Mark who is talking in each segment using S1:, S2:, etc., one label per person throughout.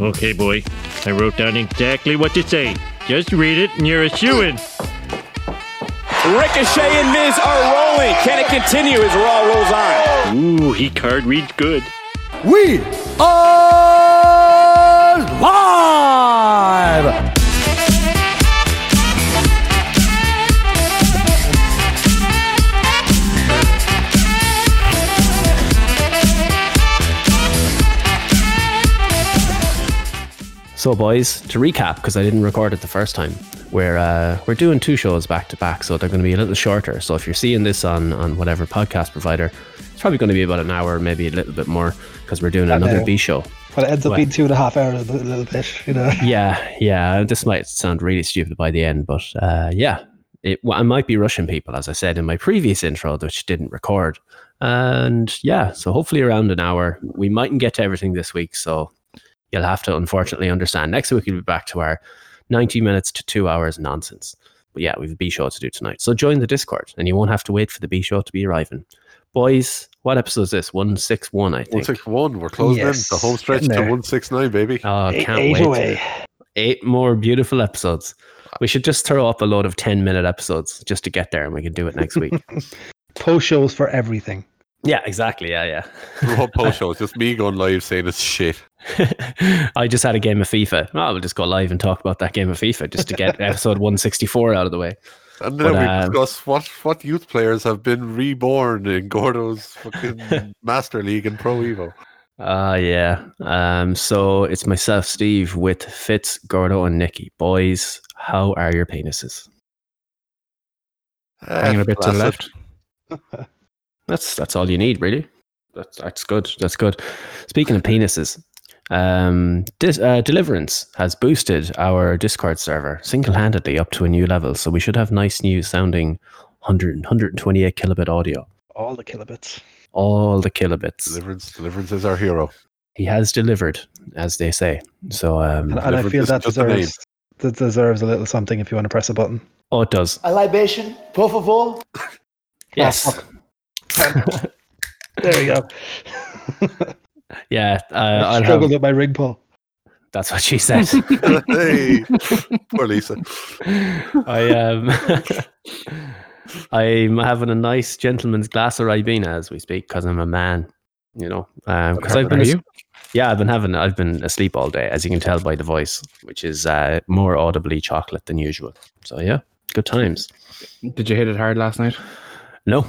S1: Okay, boy. I wrote down exactly what to say. Just read it and you're a shoo in.
S2: Ricochet and Miz are rolling. Can it continue as Raw rolls on?
S1: Ooh, he card reads good.
S3: We are live! So, boys, to recap, because I didn't record it the first time, we're uh, we're doing two shows back to back, so they're going to be a little shorter. So, if you're seeing this on on whatever podcast provider, it's probably going to be about an hour, maybe a little bit more, because we're doing another
S4: know.
S3: B show.
S4: But it ends up
S3: Well-
S4: being two and a half hours, a little bit, you know.
S3: Yeah, yeah. This might sound really stupid by the end, but uh, yeah, it. Well, I might be rushing people, as I said in my previous intro, which didn't record. And yeah, so hopefully around an hour, we mightn't get to everything this week. So you'll have to unfortunately understand. Next week we'll be back to our ninety minutes to two hours nonsense. But yeah, we've a B show to do tonight. So join the Discord, and you won't have to wait for the B show to be arriving. Boys, what episode is this? One six one, I
S5: One
S3: think.
S5: six one. We're closing
S4: Yes,
S5: in the home stretch
S4: getting
S5: to
S4: there.
S5: one six nine, baby.
S3: Oh,
S4: Eight,
S3: can't
S4: eight
S3: wait.
S4: away.
S3: eight more beautiful episodes. We should just throw up a load of 10 minute episodes just to get there and we can do it next week.
S4: Post shows for everything.
S3: yeah, exactly. Yeah,
S5: What post show? It's just me going live saying it's shit.
S3: yeah. I just had a game of FIFA. Well, we'll just go live and talk about that game of FIFA just to get episode 164 out of the way.
S5: And then
S3: But,
S5: we
S3: um,
S5: discuss what what youth players have been reborn in Gordo's fucking Master League and Pro Evo.
S3: Ah, yeah. Um, so it's myself, Steve, with Fitz, Gordo, and Nikki. Boys, how are your penises?
S5: Eh,
S3: Hanging a bit to the left. That's that's all you need, really. That's that's good. That's good. Speaking of penises, um, dis- uh, Deliverance has boosted our Discord server single-handedly up to a new level, so we should have nice new sounding 100, 128 kilobit audio.
S4: All the kilobits.
S3: All the kilobits.
S5: Deliverance, Deliverance is our hero.
S3: He has delivered, as they say. So,
S4: And,
S3: um,
S4: and I
S5: Mm, Different-
S4: feel
S5: it's
S4: that
S5: just a name.
S4: deserves that deserves a little something if you want to press a button.
S3: oh, it does.
S6: A libation, por favor.
S3: Yes.
S4: There we go.
S3: Yeah. Uh,
S4: I
S3: I'll have,
S4: struggled with my ring pull.
S3: that's what she said.
S5: hey, poor Lisa.
S3: I um, I'm having a nice gentleman's glass of Ribena as we speak because I'm a man. You know, because I've been.
S4: Are
S3: as-
S4: you?
S3: Yeah, I've been having. I've been asleep all day, as you can tell by the voice, which is uh, more audibly chocolate than usual. So yeah, good times.
S7: Did you hit it hard last night?
S3: No,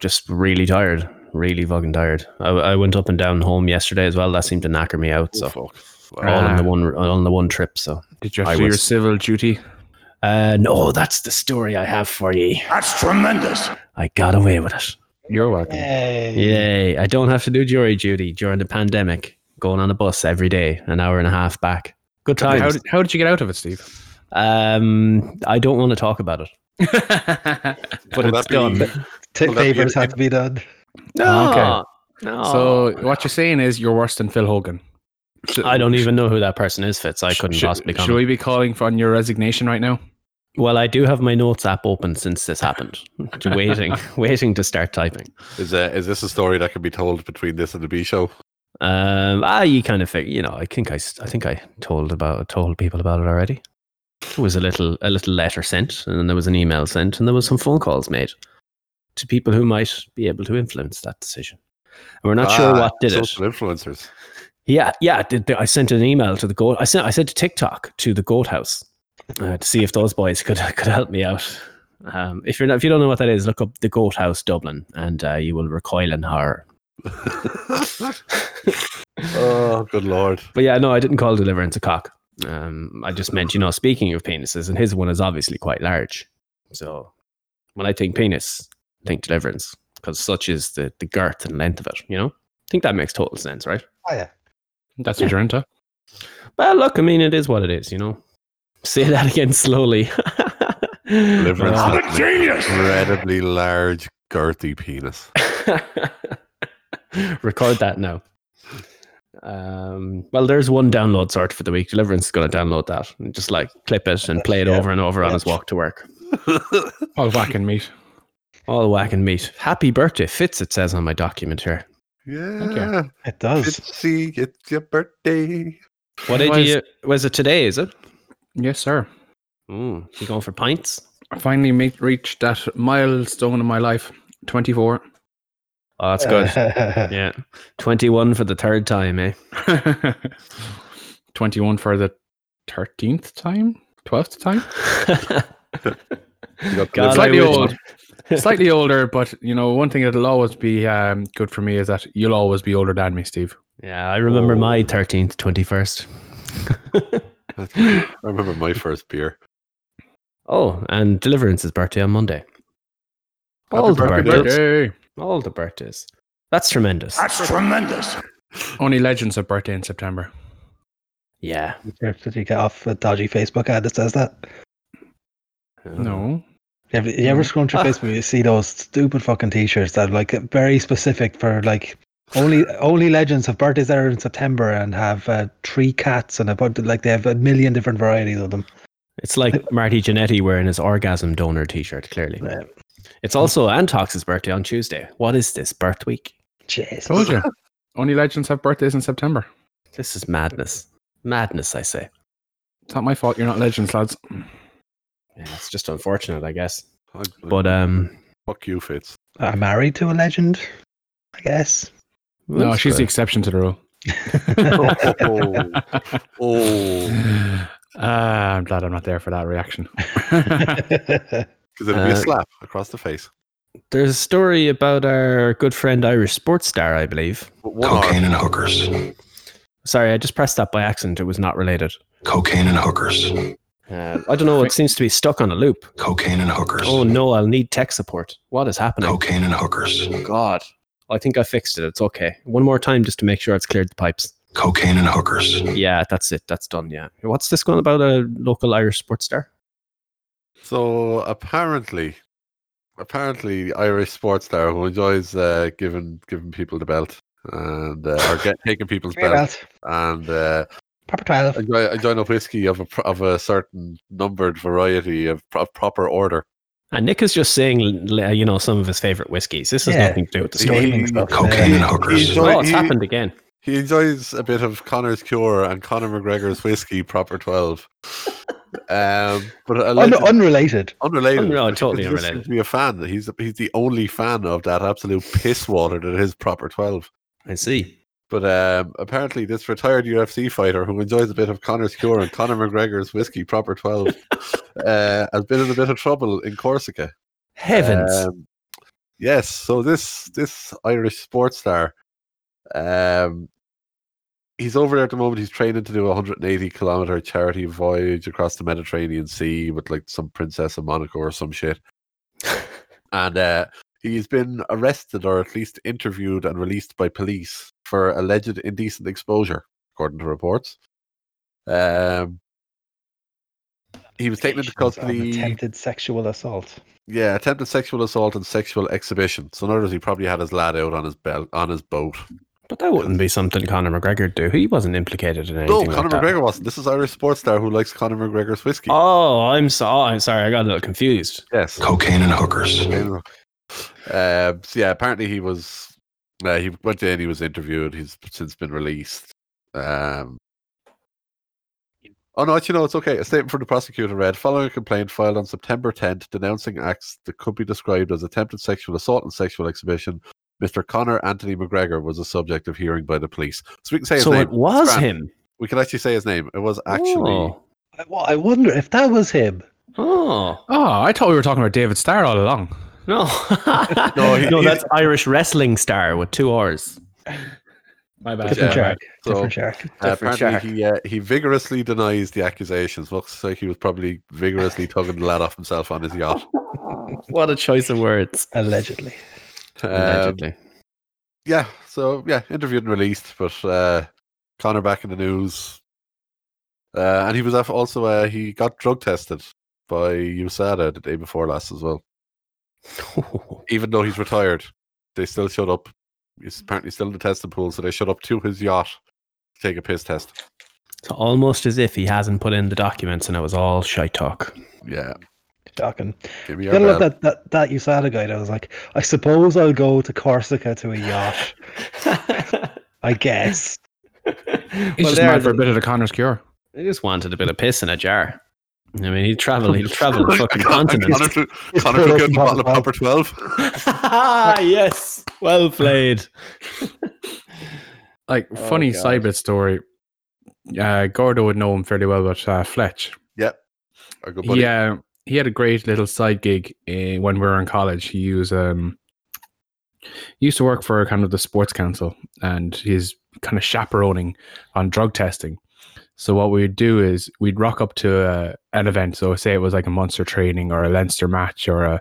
S3: just really tired. Really fucking tired. I, I went up and down home yesterday as well. That seemed to knacker me out. So
S5: fuck.
S3: all in
S7: Ah.
S3: the one all in the one trip. So
S7: Did you
S3: I
S7: have to do your
S3: was.
S7: civil duty?
S3: Uh, no, that's the story I have for ye. That's tremendous. I got away with it.
S7: You're welcome.
S4: Hey.
S3: Yay. I don't have to do jury duty during the pandemic, going on a bus every day, an hour and a half back. Good times.
S7: How did, how did you get out of it, Steve?
S3: um, I don't want to talk about it, but
S5: Will that
S3: it's
S5: be-
S3: done.
S5: Will
S4: Tip
S5: that be
S4: favors
S5: an-
S4: have to be done.
S3: No. No.
S7: so what you're saying is you're worse than Phil Hogan.
S3: I don't even know who that person is, Fitz. I couldn't
S7: Should-
S3: possibly
S7: Should
S3: comment.
S7: we be calling for on your resignation right now?
S3: Well, I do have my notes app open since this happened. waiting, waiting to start typing.
S5: Is, uh, is this a story that can be told between this and the B show?
S3: Um, ah, you kind of figure, you know. I think I, s- I think I told about told people about it already. There was a little a little letter sent, and then there was an email sent, and there was some phone calls made to people who might be able to influence that decision. And we're not sure
S5: Ah,
S3: what did it.
S5: social influencers.
S3: Yeah, yeah. Did the, I sent an email to the goat? I sent I sent to TikTok to the goat house uh, to see if those boys could could help me out. Um, if you're not, if you don't know what that is, look up the Goat House Dublin, and uh, you will recoil in horror.
S5: oh, good lord.
S3: But yeah, no, I didn't call deliverance a cock. Um, I just meant, you know, speaking of penises, and his one is obviously quite large. So when I think penis, I think deliverance, because such is the, the girth and length of it, you know? I think that makes total sense, right?
S4: Oh yeah.
S7: That's what you're into.
S3: Well, look, I mean, it is what it is, you know? Say that again slowly.
S5: Deliverance.
S3: Uh,
S5: is an Incredibly large, girthy penis.
S3: Record that now. Um, well, there's one download sort for the week. Deliverance is going to download that and just like clip it and play it over and over on his walk to work.
S7: All whack and meat.
S3: All whack and meat. Happy birthday, Fitz, it says on my document here.
S7: you.
S5: Yeah.
S4: It does.
S5: Fitzy, it's your birthday.
S3: What did
S7: Why is-
S3: you? Was it today? Is it?
S7: Yes, sir.
S3: Mm, you going for pints?
S7: I finally made, reached that milestone in my life 24.
S3: Oh, that's good. yeah, twenty-one for the third time, eh?
S7: 21 for the 13th time? 12th time?
S3: God,
S7: Slightly
S3: I wish-
S7: old. Slightly older, but you know, one thing that'll always be um, good for me is that you'll always be older than me, Steve.
S3: Yeah, I remember my thirteenth, twenty-first.
S5: That's great. I remember my first beer.
S3: Oh, and Deliverance's birthday on Monday.
S5: Happy
S3: All the
S5: birthday,
S3: birthdays.
S7: Yay.
S3: All the birthdays. That's tremendous.
S7: Only legends have birthday in September.
S3: Yeah.
S4: Did you get off a dodgy Facebook ad that says that?
S5: Mm.
S7: No.
S4: You ever, you ever scroll through
S3: Ah.
S4: Facebook, you see those stupid fucking t-shirts that are like very specific for like only only legends have birthdays that are in September and have uh, three cats and about like they have a million different varieties of them.
S3: It's like Marty Jannetty wearing his orgasm donor t shirt, clearly.
S4: Yeah.
S3: It's also Antox's birthday on Tuesday. What is this? Birth week?
S4: Jeez.
S7: Told you. Only legends have birthdays in September.
S3: This is madness. Madness, I say.
S7: It's not my fault you're not legends, lads.
S3: Yeah, it's just unfortunate, I guess.
S5: I-
S3: But um
S5: fuck you, Fitz.
S4: I'm married to a legend, I guess.
S7: No,
S3: that's
S7: she's the
S3: good.
S7: exception to the rule.
S5: Oh, oh.
S7: Ah, I'm glad I'm not there for that reaction.
S5: Because it'd be
S3: Uh,
S5: a slap across the face.
S3: There's a story about our good friend Irish sports star, I believe.
S5: But One arm.
S8: and hookers.
S3: Sorry, I just pressed that by accident. It was not related.
S8: Cocaine and hookers.
S3: Uh, I don't know. It seems to be stuck on a loop.
S8: Cocaine and hookers.
S3: Oh no, I'll need tech support. What is happening?
S8: Cocaine and hookers.
S3: God. I think I fixed it. It's okay. One more time just to make sure it's cleared the pipes.
S8: Cocaine and hookers.
S3: Yeah, that's it. That's done. Yeah. What's this going about a local Irish sports star?
S5: So apparently, apparently, Irish sports star who enjoys uh, giving giving people the belt and uh, or get, taking people's
S4: Great
S5: belt
S4: belt.
S5: and uh,
S4: Proper twelve.
S5: enjoy, enjoying a whiskey of a pr- of a certain numbered variety of, pro- of proper order.
S3: And Nick is just saying, l- you know, some of his favorite whiskeys. This has
S4: Yeah.
S3: nothing to do with the
S5: He-
S3: story.
S4: Gaming stuff.
S8: Cocaine and hookers.
S5: enjoy-
S3: Oh, it's
S5: he-
S3: happened again.
S5: He enjoys a bit of Connor's Cure and Conor McGregor's whiskey, proper twelve. um, but
S4: Un-
S5: alleged-
S4: unrelated.
S5: unrelated,
S3: Unrel-
S5: but
S3: totally
S5: he just seems
S3: unrelated.
S5: To be a fan, he's he's the only fan of that absolute piss water that is proper twelve.
S3: I see.
S5: But um, apparently, this retired UFC fighter who enjoys a bit of Connor's Cure and Conor McGregor's whiskey, proper 12, uh, has been in a bit of trouble in Corsica.
S3: Heavens.
S5: Um, yes, so this this Irish sports star, um, he's over there at the moment. He's training to do a 180 kilometer charity voyage across the Mediterranean Sea with like some princess of Monaco or some shit. and uh, he's been arrested or at least interviewed and released by police for alleged indecent exposure, according to reports. Um, he was taken into
S4: Allegations of
S5: custody.
S4: Attempted sexual assault.
S5: Yeah, attempted sexual assault and sexual exhibition. So, in other words, he probably had his lad out on his belt on his boat.
S3: but that wouldn't be something Conor McGregor'd do. He wasn't implicated in anything.
S5: No,
S3: like
S5: Conor
S3: that.
S5: McGregor wasn't. This is Irish sports star who likes Conor McGregor's whiskey.
S3: Oh, I'm sorry. I'm sorry. I got a little confused.
S5: yes.
S8: Cocaine and hookers.
S5: Um, so yeah, apparently he was. Uh, he went in. He was interviewed. He's since been released. Um, oh no, actually, no, it's okay. A statement from the prosecutor read: Following a complaint filed on September 10th, denouncing acts that could be described as attempted sexual assault and sexual exhibition, Mr. Connor Anthony McGregor was the subject of hearing by the police. So we can say his
S3: So
S5: name.
S3: it was
S5: Grant.
S3: him.
S5: We can actually say his name. It was actually.
S3: Oh.
S4: I, well, I wonder if that was him.
S3: Oh.
S7: Oh, I thought we were talking about David Starr all along.
S3: No.
S5: No, he- he-
S3: that's Irish wrestling star with two R's.
S7: My bad.
S4: Different
S5: Uh, yeah,
S4: shark.
S5: so-
S4: Different shark.
S5: Uh,
S6: Different
S5: apparently, he, uh, he vigorously denies the accusations. Looks like he was probably vigorously tugging the lad off himself on his yacht.
S3: What a choice of words.
S4: Allegedly.
S5: Um,
S3: Allegedly.
S5: yeah, so yeah, interviewed and released, but uh, Connor back in the news. Uh, and he was af- also uh, he got drug tested by USADA the day before last as well. Even though he's retired, they still showed up. He's apparently still in the testing pool, so they showed up to his yacht to take a piss test.
S3: It's almost as if he hasn't put in the documents and it was all shy talk.
S5: Yeah.
S4: Shocking.
S5: Give me
S4: You
S5: your
S4: gotta love
S5: bell.
S4: that, that, that USADA guy that was like, I suppose I'll go to Corsica to a yacht. I guess.
S7: He's just mad for a bit of the Connor's cure.
S3: He just wanted a bit of piss in a jar. I mean, he'd travel, he'd travel the fucking continent.
S5: Connor took Connor
S4: put
S5: took out
S4: us in
S5: the bottle of
S4: Papa
S5: Papa 12.
S3: ah, yes. Well played.
S7: Like funny
S2: God.
S7: side bit story. Uh, Gordo would know him fairly well, but uh, Fletch.
S5: Our good buddy.
S7: Yeah, he had a great little side gig uh, when we were in college. He was um he used to work for kind of the sports council, and he's kind of chaperoning on drug testing. So what we'd do is we'd rock up to uh an event. So say it was like a Munster training or a Leinster match or a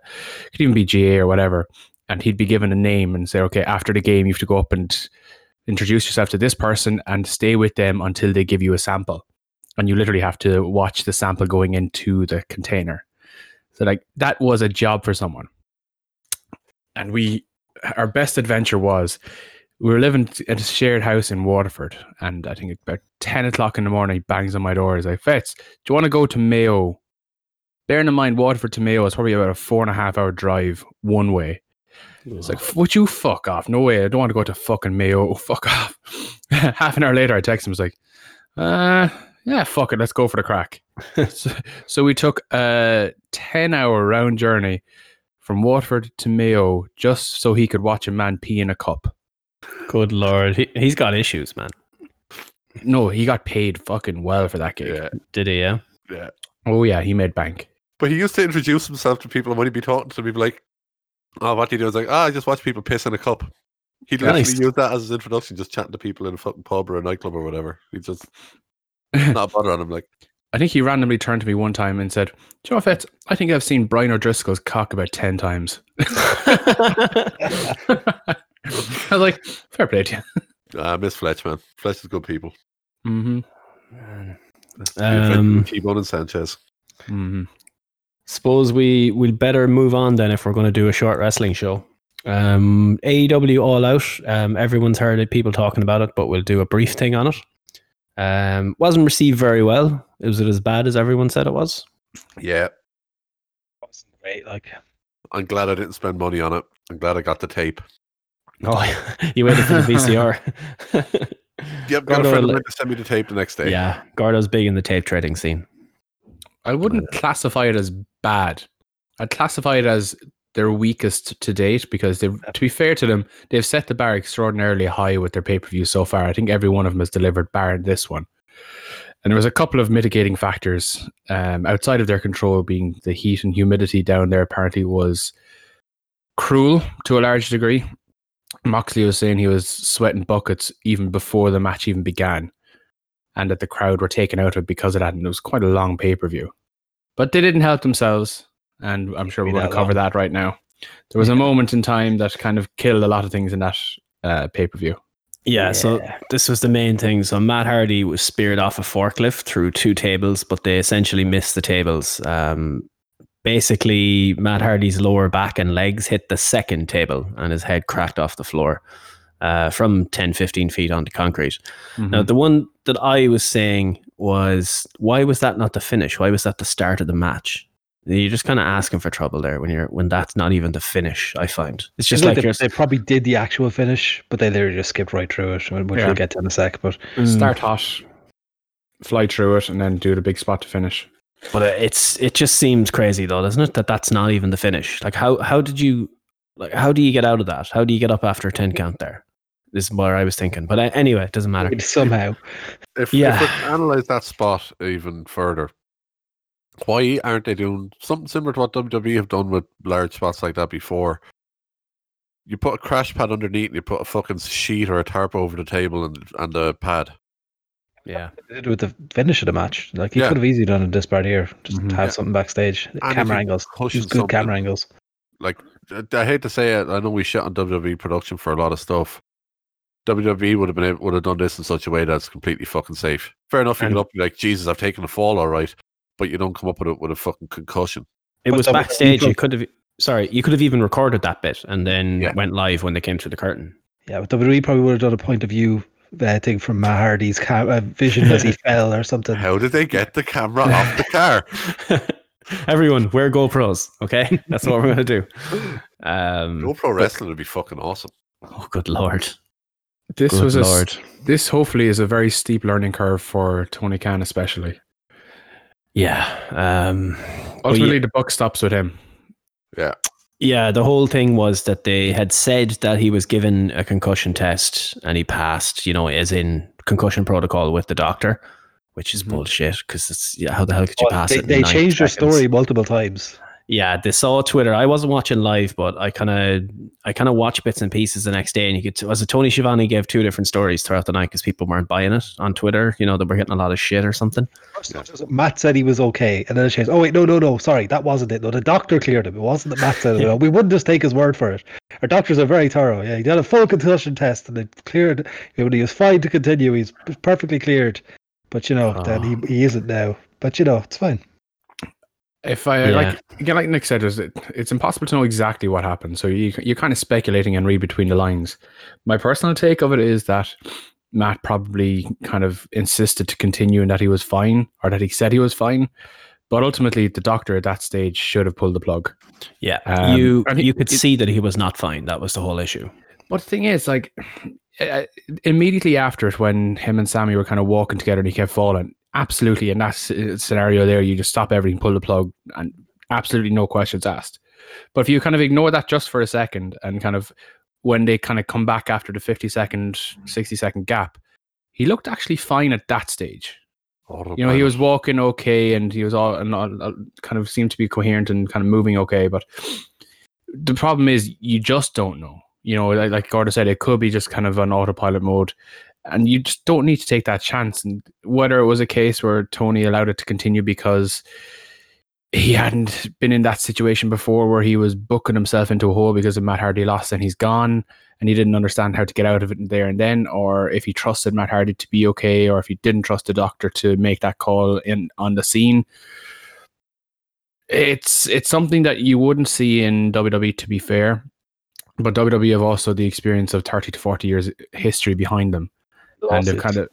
S7: could even be GA or whatever. And he'd be given a name and say, okay, after the game, you have to go up and introduce yourself to this person and stay with them until they give you a sample. And you literally have to watch the sample going into the container. So like that was a job for someone. And we, our best adventure was we were living t- at a shared house in Waterford, and I think about ten o'clock in the morning, he bangs on my door. He's like, "Fitz, do you want to go to Mayo?" Bearing in mind, Waterford to Mayo is probably about a four and a half hour drive one way. It's like, "F- "Would you fuck off? No way! I don't want to go to fucking Mayo. Fuck off!" half an hour later, I text him. I was like, "Uh, yeah, fuck it. Let's go for the crack." so, so we took a ten hour round journey from Waterford to Mayo just so he could watch a man pee in a cup.
S3: Good lord. He, he's got issues, man.
S7: No, he got paid fucking well for that gig.
S5: Yeah.
S3: Did he, yeah?
S7: Oh yeah, he made bank.
S5: But he used to introduce himself to people and when he'd be talking to people like, Oh, what do you do? It's like, ah, I just watch people piss in a cup. He'd literally
S3: Nice.
S5: use that as his introduction, just chatting to people in a fucking pub or a nightclub or whatever. He just not a bother on him like
S7: I think he randomly turned to me one time and said, "Do you know, Fitz, I think I've seen Brian O'Driscoll's cock about ten times." I was like, "Fair play to you."
S5: ah, I miss Fletch, man. Fletch is good people.
S7: Mm-hmm.
S3: Um,
S5: T-Bone and Sanchez.
S7: Mm-hmm.
S3: Suppose we we'll better move on then if we're going to do a short wrestling show. Um, AEW All Out. Um, everyone's heard it, people talking about it, but we'll do a brief thing on it. Um, wasn't received very well. Was it as bad as everyone said it was?
S5: Yeah.
S4: Wasn't great, like
S5: I'm glad I didn't spend money on it. I'm glad I got the tape.
S3: Oh, you waited for the VCR.
S5: Yep, got a
S3: Gordo
S5: friend of
S3: li-
S5: mine to send me the tape the next day.
S3: yeah, Gordo's big in the tape trading scene.
S7: I wouldn't classify it as bad. I'd classify it as their weakest to date because they, to be fair to them, they've set the bar extraordinarily high with their pay per view so far. I think every one of them has delivered, barring this one. And there was a couple of mitigating factors um, outside of their control, being the heat and humidity down there. Apparently, was cruel to a large degree. Moxley was saying he was sweating buckets even before the match even began, and that the crowd were taken out of it because of that. And it was quite a long pay per view, but they didn't help themselves. And I'm sure we're
S4: Be
S7: going to
S4: that
S7: cover
S4: long.
S7: that right now. There was a moment in time that kind of killed a lot of things in that uh, pay per view.
S3: Yeah, so this was the main thing. So Matt Hardy was speared off a forklift through two tables, but they essentially missed the tables. Um, basically, Matt Hardy's lower back and legs hit the second table and his head cracked off the floor uh, from 10, 15 feet onto concrete.
S7: Mm-hmm.
S3: Now, the one that I was saying was, why was that not the finish? Why was that the start of the match? You're just kind of asking for trouble there when you're when that's not even the finish. I find it's just like,
S4: they,
S3: you're
S4: they probably did the actual finish, but they literally just skipped right through it, which
S7: Yeah.
S4: we'll get to in a sec. But
S7: Start hot, fly through it, and then do the big spot to finish.
S3: But it- it's it just seems crazy though, doesn't it? That that's not even the finish. Like how how did you like how do you get out of that? How do you get up after a ten count there? This is where I was thinking. But uh, anyway, it doesn't matter.
S4: somehow,
S5: If,
S3: Yeah.
S5: if we can analyze that spot even further, why aren't they doing something similar to what WWE have done with large spots like that before? You put a crash pad underneath and you put a fucking sheet or a tarp over the table and, and the pad.
S3: Yeah.
S4: they did it with the finish of the match. Like he
S5: Yeah. Mm-hmm.
S4: could have easily done a disparate here, just
S7: Mhm.
S4: have something backstage.
S5: if
S4: camera
S5: you're
S4: angles,
S5: pushing
S4: use good
S5: something-
S4: camera angles.
S5: I- I hate to say it. I know we shit on WWE production for a lot of stuff. WWE would have been able, would have done this in such a way that's completely fucking safe. Fair enough, you
S3: And-
S5: can up and be like, Jesus, I've taken a fall, all right, but you don't come up with a, with a fucking concussion.
S3: It
S4: But
S3: was
S4: that was-
S3: backstage. You could have sorry, you could have even recorded that bit and then
S5: Yeah.
S3: went live when they came through the curtain.
S4: Yeah, but WWE probably would have done a point of view uh, thing from Matt Hardy's ca- uh, vision as he fell or something.
S5: How did they get the camera off the car?
S3: Everyone, wear GoPros. Okay, that's what we're gonna do. Um,
S5: Go pro wrestling would be fucking awesome.
S3: Oh, good lord!
S7: This
S3: Good
S7: was a,
S3: lord.
S7: this hopefully is a very steep learning curve for Tony Khan, especially.
S3: Yeah. Um, but
S7: Ultimately,
S3: yeah,
S7: the buck stops with him.
S3: yeah, the whole thing was that they had said that he was given a concussion test and he passed. You know, as in concussion protocol with the doctor, which is
S7: Mhm.
S3: bullshit. Because it's yeah, how the hell could you
S4: Mm-hmm. Well,
S3: pass
S4: they
S3: it? in
S4: they
S3: 90
S4: changed their
S3: seconds?
S4: story multiple times.
S3: yeah they saw twitter i wasn't watching live but i kind of i kind of watched bits and pieces the next day and you could as a tony Schiavone gave two different stories throughout the night because people weren't buying it on twitter you know they were getting a lot of shit or something
S4: First off, just- Matt said he was okay, and then it changed. Oh wait, no, no, no. Sorry, that wasn't it. No, the doctor cleared him. It wasn't that Matt said it. We wouldn't just take his word for it. Our doctors are very thorough. Yeah, he did a full concussion test, and it cleared. You know, he was fine to continue. He's p- perfectly cleared. But you know, then
S7: Oh.
S4: he, he isn't now. But you know, it's fine.
S7: If I
S3: Yeah.
S7: like again, like Nick said, is it, it's impossible to know exactly what happened. So you you're kind of speculating and read between the lines. My personal take of it is that Matt probably kind of insisted to continue and that he was fine, or that he said he was fine. But ultimately, the doctor at that stage should have pulled the plug.
S3: yeah
S7: Um,
S3: you
S7: and he-
S3: you could
S7: it-
S3: see that he was not fine that was the whole issue
S7: But the thing is, like, uh, immediately after it, when him and Sammy were kind of walking together and he kept falling, absolutely. In that s- scenario, there, you just stop everything, pull the plug, and absolutely no questions asked. But if you kind of ignore that just for a second and kind of when they kind of come back after the 50 second, 60 second gap, he looked actually fine at that stage.
S5: Oh,
S7: You know, he was walking okay and he was all and all, all- kind of seemed to be coherent and kind of moving okay. But the problem is, you just don't know. You know, like, like Gorda said, it could be just kind of an autopilot mode. And you just don't need to take that chance. And whether it was a case where Tony allowed it to continue because he hadn't been in that situation before where he was booking himself into a hole because of Matt Hardy lost and he's gone and he didn't understand how to get out of it there and then, or if he trusted Matt Hardy to be okay, or if he didn't trust the doctor to make that call in on the scene. It's it's something that you wouldn't see in WWE to be fair. But WWE have also the experience of 30 to 40 years history behind them. And they've kind of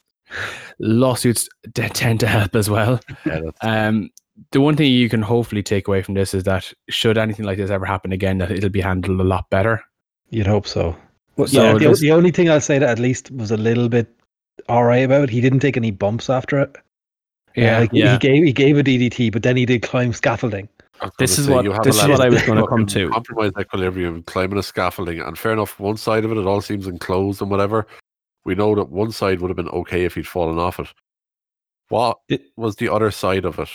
S7: lawsuits t- tend to help as well. Um, the one thing you can hopefully take away from this is that should anything like this ever happen again, that it'll be handled a lot better.
S4: You'd hope so.
S7: so
S4: yeah, the,
S7: this-
S4: the only thing I'll say that at least was a little bit all right about. He didn't take any bumps after it. Uh,
S7: Yeah.
S4: like, he-
S3: yeah.
S4: He gave he gave a DDT, but then he did climb scaffolding.
S3: this is what- this is what I was gonna come to.
S5: Compromise equilibrium, climbing a scaffolding, and fair enough, one side of it, it all seems enclosed and whatever. We know that one side would have been okay if he'd fallen off it. What
S3: It-
S5: was the other side of it?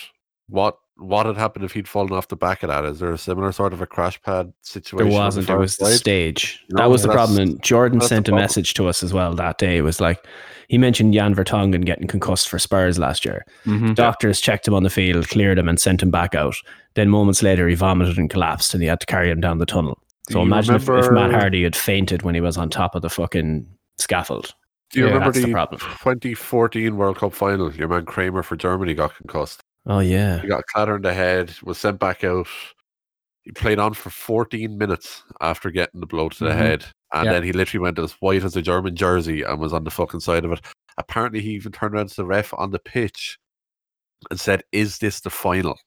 S5: What what had happened if he'd fallen off the back of that? Is there a similar sort of a crash pad
S3: there
S5: situation? on the
S3: wasn't it
S5: far
S3: was the
S5: side?
S3: stage
S5: No,
S3: that was the
S5: that's-
S3: problem and jordan
S5: that's the
S3: sent a
S5: problem.
S3: message to us as well that day it was like he mentioned jan vertonghen getting concussed for spurs last year
S7: Mhm.
S3: Doctors checked him on the field, cleared him, and sent him back out. Then moments later, he vomited and collapsed, and he had to carry him down the tunnel.
S5: Do
S3: So
S5: you
S3: imagine if, if Matt
S5: remember-
S3: Hardy had fainted when he was on top of the fucking scaffold.
S5: Do you
S3: Yeah,
S5: remember
S3: that's the
S5: the,
S3: problem.
S5: 2014 World Cup final? Your man Kramer for Germany got concussed.
S3: Oh yeah,
S5: He got a clatter in the head, was sent back out. He played on for 14 minutes after getting the blow to the
S7: Mhm.
S5: head. And
S7: Yeah.
S5: then he literally went as white as a German jersey and was on the fucking side of it. Apparently, he even turned around to the ref on the pitch and said, Is this the final?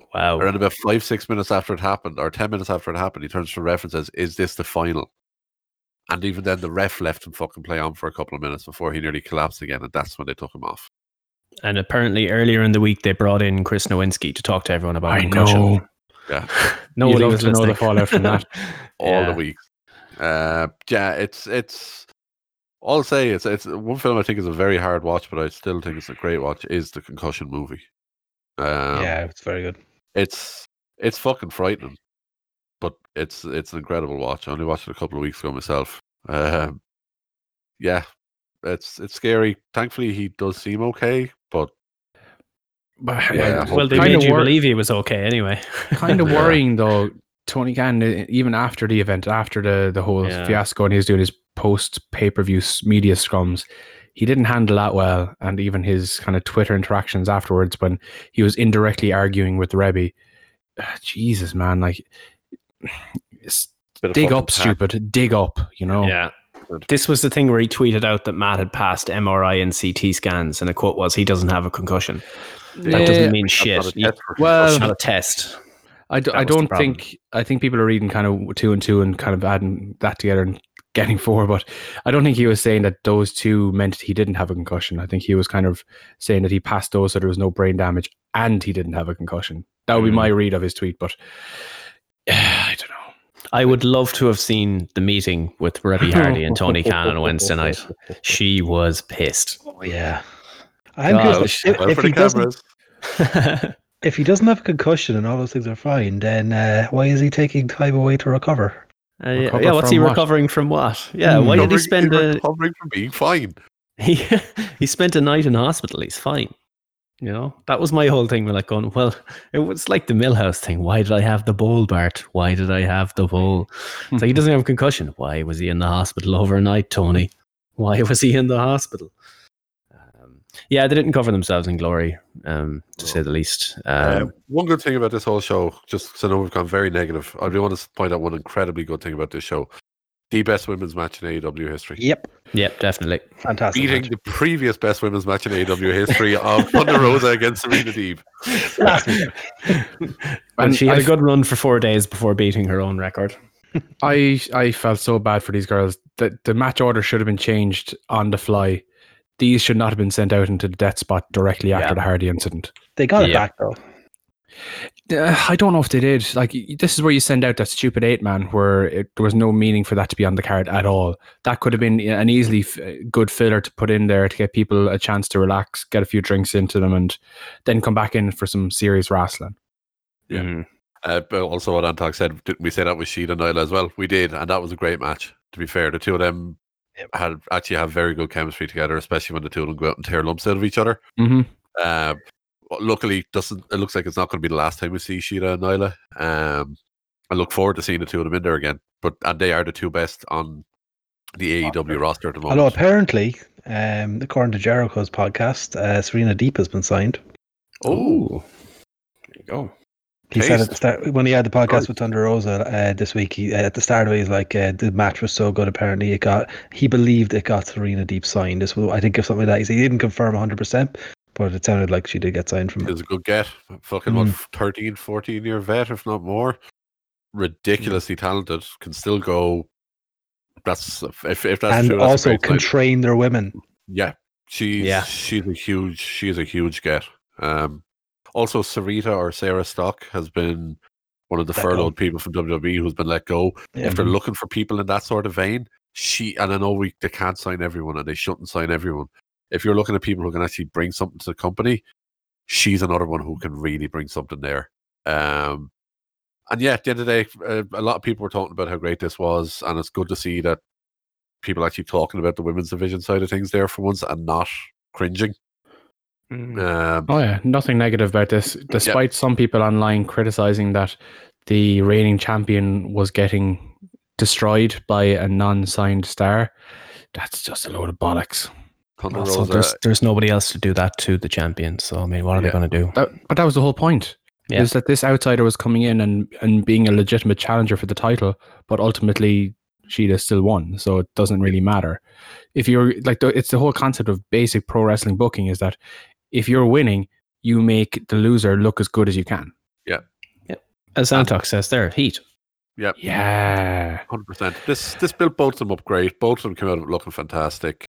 S3: Oh, wow.
S5: Around about five, six minutes after it happened, or 10 minutes after it happened, he turns to the ref and says, Is this the final? And even then, the ref left him fucking play on for a couple of minutes before he nearly collapsed again. And that's when they took him off.
S3: And apparently earlier in the week, they brought in Chris Nowinski to talk to everyone about
S7: I
S3: concussion.
S7: know.
S5: Yeah.
S7: No
S3: You'd
S7: one
S3: love
S7: loves to know the
S3: listening.
S7: fallout from that.
S5: all
S3: Yeah.
S5: the week. Uh, yeah, it's it's. I'll say it's it's one film I think is a very hard watch, but I still think it's a great watch. Is the concussion movie? Um,
S4: yeah, it's very good.
S5: it's it's fucking frightening, but it's it's an incredible watch. I only watched it a couple of weeks ago myself. Um, yeah, it's it's scary. Thankfully, he does seem okay, but
S7: But
S5: Yeah, I
S3: Well, they
S7: Kinda
S3: made you
S7: wor-
S3: believe he was okay anyway.
S7: kind of
S5: Yeah.
S7: worrying though. Tony Khan, uh, even after the event, after the the whole
S3: Yeah.
S7: fiasco, and he was doing his post pay per view media scrums, he didn't handle that well. And even his kind of Twitter interactions afterwards, when he was indirectly arguing with Rebbe, Ah, Jesus man, like s-
S5: bit of
S7: dig
S5: fucking
S7: up,
S5: tact.
S7: stupid, dig up, you know.
S3: Yeah. This was the thing where he tweeted out that Matt had passed MRI and CT scans, and the quote was, "He doesn't have a concussion." That
S7: Yeah. Um,
S3: doesn't mean
S5: That's
S3: shit.
S5: not a
S3: You-
S5: test for-
S3: It's
S7: Well,
S3: not a test.
S7: I, d-
S3: That
S7: I
S3: was the
S7: don't
S3: problem.
S7: think I think people are reading kind of two and two and kind of adding that together and getting four. But I don't think he was saying that those two meant he didn't have a concussion. I think he was kind of saying that he passed those, so there was no brain damage, and he didn't have a concussion. That would be
S3: Mm.
S7: my read of his tweet. But I don't know.
S3: I would love to have seen the meeting with Rebby Hardy and Tony Khan on Wednesday night. She was pissed.
S4: Oh, yeah. I'm
S3: God,
S4: curious, if,
S5: Well,
S4: if
S5: for
S4: he
S5: the
S4: doesn't,
S5: cameras,
S4: if he doesn't have a concussion and all those things are fine, then uh, why is he taking time away to recover?
S3: Uh, yeah,
S7: Recover
S3: yeah, what's
S7: from
S3: he
S7: what?
S3: recovering from? What? Yeah,
S4: Hmm.
S3: why did he
S5: Recovering-
S3: spend
S5: he's
S3: a
S5: recovering from being fine?
S3: he, he spent a night in hospital? He's fine. You know, that was my whole thing. We're like going, well, it was like the Millhouse thing. Why did I have the bowl, Bart? Why did I have the bowl? So he doesn't have a concussion. Why was he in the hospital overnight, Tony? Why was he in the hospital? Um, yeah, they didn't cover themselves in glory, um, to say the least. Um,
S5: Um, one good thing about this whole show, just so I know we've gone very negative, I do want to point out one incredibly good thing about this show: the best women's match in AEW history,
S4: Yep,
S3: Yep, definitely.
S4: fantastic.
S5: beating
S4: match.
S5: the previous best women's match in AEW history of Thunder Rosa against Serena Deeb.
S4: Last week.
S3: And she had
S7: I
S3: a good run for four days before beating her own record.
S7: I I felt so bad for these girls that the match order should have been changed on the fly. These should not have been sent out into the death spot directly after
S3: Yeah.
S7: the Hardy incident.
S4: They got it
S3: Yeah.
S4: back though.
S7: Uh, I don't know if they did. Like y- this is where you send out that stupid eight man, where it, there was no meaning for that to be on the card at all. That could have been uh, an easily f- good filler to put in there to get people a chance to relax, get a few drinks into them, and then come back in for some serious wrestling.
S5: Yeah.
S3: Mm.
S5: Uh, but also, what Antok said, didn't we say that with Sheeta and Nyla as well? We did, and that was a great match. To be fair, the two of them had actually have very good chemistry together, especially when the two of them go out and tear lumps out of each other.
S7: Mm-hmm.
S5: Uh, but luckily, doesn't it looks like it's not going to be the last time we see Sheeta and Nyla. Um, I look forward to seeing the two of them in there again. But and they are the two best on the AEW roster at the moment.
S4: Although apparently, um, according to Jericho's podcast, uh, Serena Deep has been signed.
S5: oh,
S3: There you go.
S4: He said at the
S5: Taste.
S4: start when he had the podcast
S5: Right.
S4: with Thunder Rosa uh, this week. He, uh, at the start of it, he's like, uh, the match was so good. Apparently, it got he believed it got Serena Deep signed. This was, I think, if something like that. He said He didn't confirm 100, percent but it sounded like she did get signed from
S5: it
S4: it.
S5: was a good get. Fucking what,
S4: Hmm.
S5: 13, 14 year vet, if not more. Ridiculously talented. Can still go. That's if, if that's
S4: and
S5: true. that's a
S4: also
S5: great
S4: can
S5: sign.
S4: train their women.
S5: Yeah, she's
S3: Yeah.
S5: she's a huge she's a huge get. Um, also Sarita or Sarah Stock has been one of the
S4: Let go.
S5: furloughed people from WWE who's been let go.
S4: Yeah.
S5: If they're looking for people in that sort of vein, she and I know we they can't sign everyone and they shouldn't sign everyone. If you're looking at people who can actually bring something to the company, she's another one who can really bring something there. Um, and yeah, at the end of the day, uh, a lot of people were talking about how great this was, and it's good to see that people actually talking about the women's division side of things there for once and not cringing. Um,
S7: Oh yeah, nothing negative about this. Despite some people online criticizing that the reigning champion was getting destroyed by a non-signed star, that's just a load of bollocks.
S5: Thunder
S3: Also,
S5: Rosa,
S3: there's there's nobody else to do that to the champion. So I mean, what are
S5: Yeah.
S3: they going to do?
S7: That, but that was the whole point.
S3: Yeah.
S7: Is that this outsider was coming in and, and being a legitimate challenger for the title, but ultimately Sheeta still won, so it doesn't really matter. If you're like, the, it's the whole concept of basic pro wrestling booking is that if you're winning, you make the loser look as good as you can.
S3: As Antok says, there heat.
S5: yeah,
S7: Yeah,
S5: hundred percent. This this built both of them up great. Both of them came out of it looking fantastic.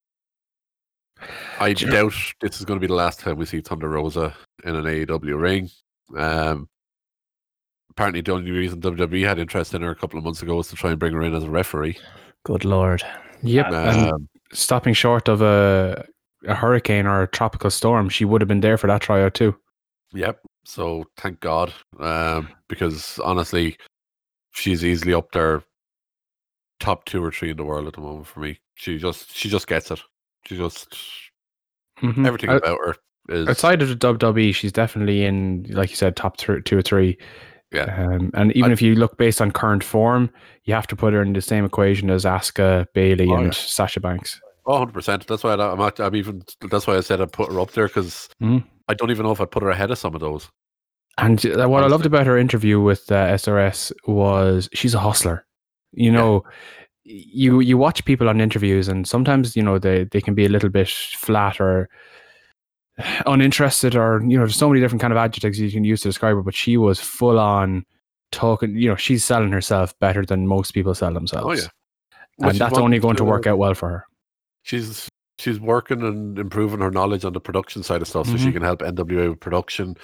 S5: I doubt this is going to be the last time we see Thunder Rosa in an AEW ring. Um, apparently, the only reason WWE had interest in her a couple of months ago was to try and bring her in as a referee.
S3: Good lord.
S7: yep. and
S5: Um,
S7: stopping short of a a hurricane or a tropical storm, she would have been there for that tryout too.
S5: Yep. So thank God, um, because honestly, she's easily up there, top two or three in the world at the moment for me. She just she just gets it. She just
S7: Mhm.
S5: everything
S7: Out-
S5: about her is
S7: outside of the WWE, she's definitely in, like you said, top thr two or three.
S5: Yeah.
S7: Um, and even
S5: I-
S7: if you look based on current form, you have to put her in the same equation as Asuka, Bailey,
S5: Oh,
S7: and
S5: yeah.
S7: Sasha Banks.
S5: Oh, 100 percent. That's why I, I'm act- I'm even. That's why I said I put her up there because
S7: Mhm.
S5: I don't even know if I'd put her ahead of some of those.
S7: And uh, what I loved
S5: Honestly.
S7: about her interview with uh, SRS was she's a hustler. You know, you you watch people on interviews, and sometimes you know they they can be a little bit flat or uninterested or you know there's so many different kind of adjectives you can use to describe her but she was full on talking you know she's selling herself better than most people sell themselves
S5: Oh yeah, Which
S7: and
S5: is
S7: that's
S5: what-
S7: only going to work out well for her
S5: She's she's working and improving her knowledge on the production side of stuff, so she
S7: Mhm.
S5: can help NWA with production.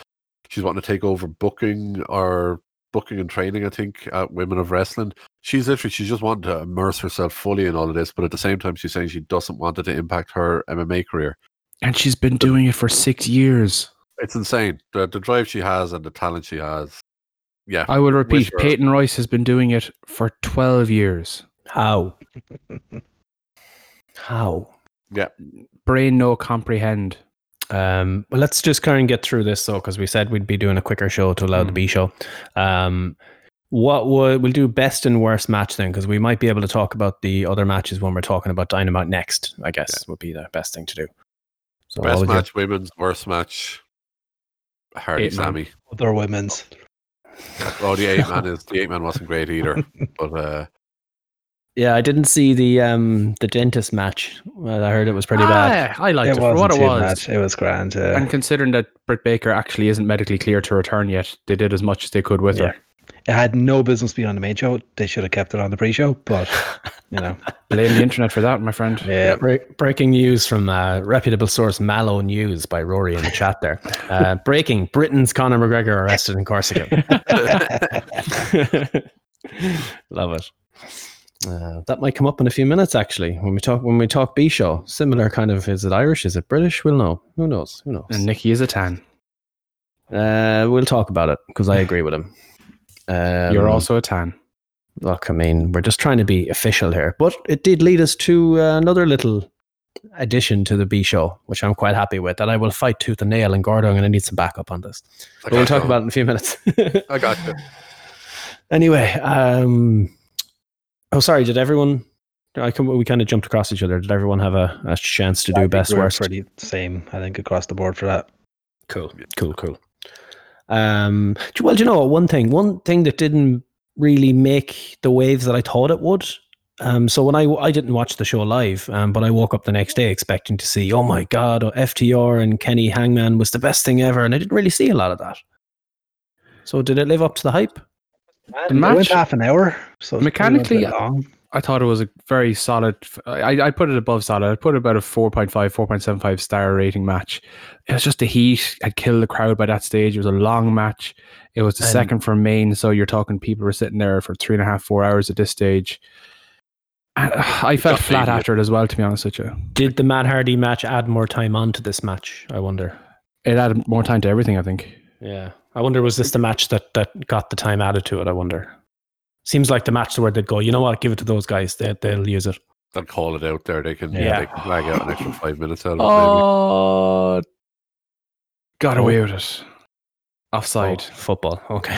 S5: She's wanting to take over booking or booking and training. I think at Women of Wrestling, she's literally she's just wanting to immerse herself fully in all of this, but at the same time, she's saying she doesn't want it to impact her MMA career.
S7: and she's been doing it for six years
S5: It's insane the the drive she has and the talent she has. Yeah,
S7: i will repeat
S5: her-
S7: peyton royce has been doing it for 12 years
S3: How? How?
S7: brain no comprehend
S3: Um, well, let's just kind of get through this though, because we said we'd be doing a quicker show to allow the
S7: Mm.
S3: B show. Um, what would we'll do best and worst match then, because we might be able to talk about the other matches when we're talking about Dynamite next. I guess would be the best thing to do. So what
S5: best
S3: would you-
S5: match, women's worst match. Hardy
S7: Eight man.
S5: Sammy.
S4: Other women's.
S5: Oh, the eight man is the eight man wasn't great either, but uh,
S3: yeah, I didn't see the um the dentist match. Well, I heard it was pretty bad.
S7: Ah, i liked it,
S4: it
S7: for
S4: wasn't
S7: what it
S4: too
S7: was
S4: much. It was grand. uh, Yeah.
S7: and considering that britt baker actually isn't medically clear to return yet they did as much as they could with
S3: Yeah.
S7: her
S4: It had no business being on the main show. They should have kept it on the pre-show, but you know,
S7: blame the internet for that my friend
S4: yeah.
S3: Break, breaking news from uh, reputable source Mallow News by Rory in the chat there. Uh, breaking: Britain's Conor McGregor arrested in Corsica. Love it. Uh, that might come up in a few minutes, actually, when we talk when we talk B show. Similar kind of is it Irish? Is it British? We'll know. Who knows? Who knows?
S7: and nikki is a tan
S3: uh, we'll talk about it because I agree with him. Um,
S7: You're also a tan.
S3: look. I mean, we're just trying to be official here, but it did lead us to uh, another little addition to the B show, which I'm quite happy with. That I will fight tooth and nail, and Gordo, I'm going to need some backup on this.
S5: I
S3: But we'll
S5: got
S3: talk
S5: you.
S3: about it in a few minutes.
S5: I got you.
S3: Anyway, um, oh sorry, did everyone? I can, we kind of jumped across each other. Did everyone have a, a chance to do best
S4: We're
S3: worst?
S4: Pretty same, I think, across the board for that.
S3: Cool, cool, cool. Um, do- well, do you know what? one thing? One thing that didn't really make the waves that I thought it would. Um, so when I I didn't watch the show live, um, but I woke up the next day expecting to see, oh my god, oh, FTR and Kenny Hangman was the best thing ever, and I didn't really see a lot of that. So did it live up to the hype?
S7: The
S4: It went
S7: match,
S4: half an hour, so it's pretty much
S7: Mechanically,
S4: a bit long.
S7: I thought it was a very solid. I, I put it above solid. I put about a 4.5, 4.75 star rating match. It was just the heat had killed the crowd by that stage. It was a long match. It was the
S3: And-
S7: second from Maine. So you're talking people were sitting there for three and a half, four hours at this stage. And, uh, I felt
S5: got
S7: flat
S5: maybe-
S7: after it as well, to be honest with you.
S3: Did the Matt Hardy match add more time onto this match? I wonder.
S7: It added more time to everything, I think.
S3: Yeah, I wonder was this the match that that got the time added to it? I wonder. Seems like the match where they'd go, you know what, give it to those guys. They they'll use it.
S5: They'll call it out there. They can
S3: Yeah.
S5: they can flag out an extra five minutes out of it. maybe.
S7: Oh, got away with it. Offside.
S3: Oh, football. Okay.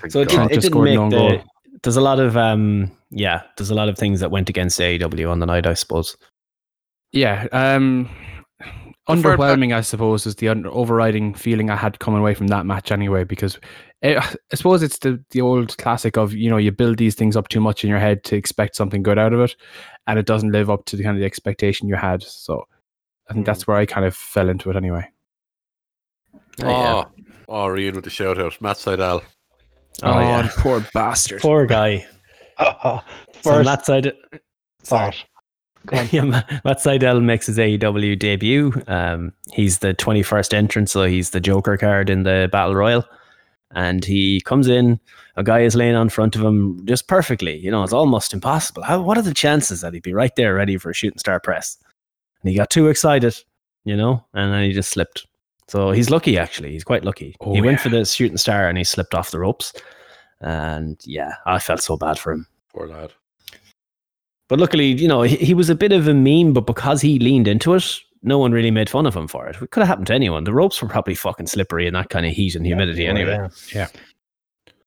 S5: Thank
S3: so
S5: God.
S3: it, didn't- it
S7: Just
S3: didn't
S7: scored an
S3: make
S7: own
S3: the.
S7: goal.
S3: There's a lot of um yeah. There's a lot of things that went against AEW on the night, I suppose.
S7: Yeah. Um,
S5: fair play.
S7: underwhelming, I suppose, is the un- overriding feeling I had coming away from that match anyway, because eh, I suppose it's the, the old classic of, you know, you build these things up too much in your head to expect something good out of it, and it doesn't live up to the kind of the expectation you had. So I think
S3: Hmm.
S7: that's where I kind of fell into it anyway.
S5: Oh, oh, Rian with the shout out. Matt Seidel.
S3: Oh, yeah.
S7: poor bastard.
S3: Poor guy. So on
S4: First
S3: that side.
S4: thought.
S3: yeah, Ma- Matt Seidel makes his AEW debut. Um, he's the 21st entrant, so he's the Joker card in the Battle Royal. And he comes in, a guy is laying on front of him just perfectly. You know, it's almost impossible. How, what are the chances that he'd be right there ready for a shooting star press? And he got too excited, you know, and then he just slipped. So he's lucky, actually. He's quite lucky.
S7: Oh,
S3: he went
S7: yeah.
S3: for the shooting star and he slipped off the ropes. And yeah, I felt so bad for him.
S5: Poor lad.
S3: But luckily, you know, he, he was a bit of a meme, but because he leaned into it, no one really made fun of him for it. It could have happened to anyone. The ropes were probably fucking slippery in that kind of heat and humidity anyway.
S4: Yeah.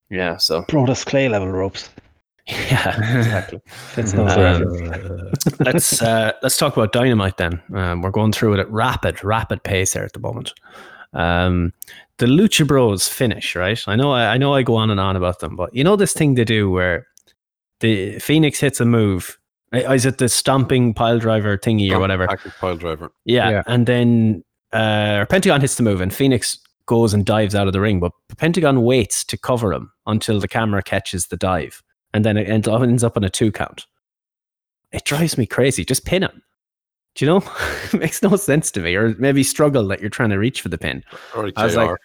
S3: Yeah, so.
S4: Brutus Clay level ropes. Mm-hmm.
S3: Yeah, exactly.
S4: It's
S7: Hmm.
S4: no
S3: Um, let's uh, let's talk about dynamite then. Um, we're going through it at rapid, rapid pace here at the moment. Um, the Lucha Bros finish, right? I know, I, I know, I go on and on about them, but you know this thing they do where the Phoenix hits a move. I- Is it the stomping pile driver thingy or
S5: Oh,
S3: whatever?
S5: Active pile driver.
S3: Yeah,
S7: Yeah.
S3: and then uh, Pentagon hits the move, and Phoenix goes and dives out of the ring, but Pentagon waits to cover him until the camera catches the dive, and then it end- ends up on a two count. It drives me crazy. Just pin him. Do you know? it makes no sense to me. Or maybe struggle that you're trying to reach for the pin.
S5: All right,
S3: I was
S5: JR.
S3: like,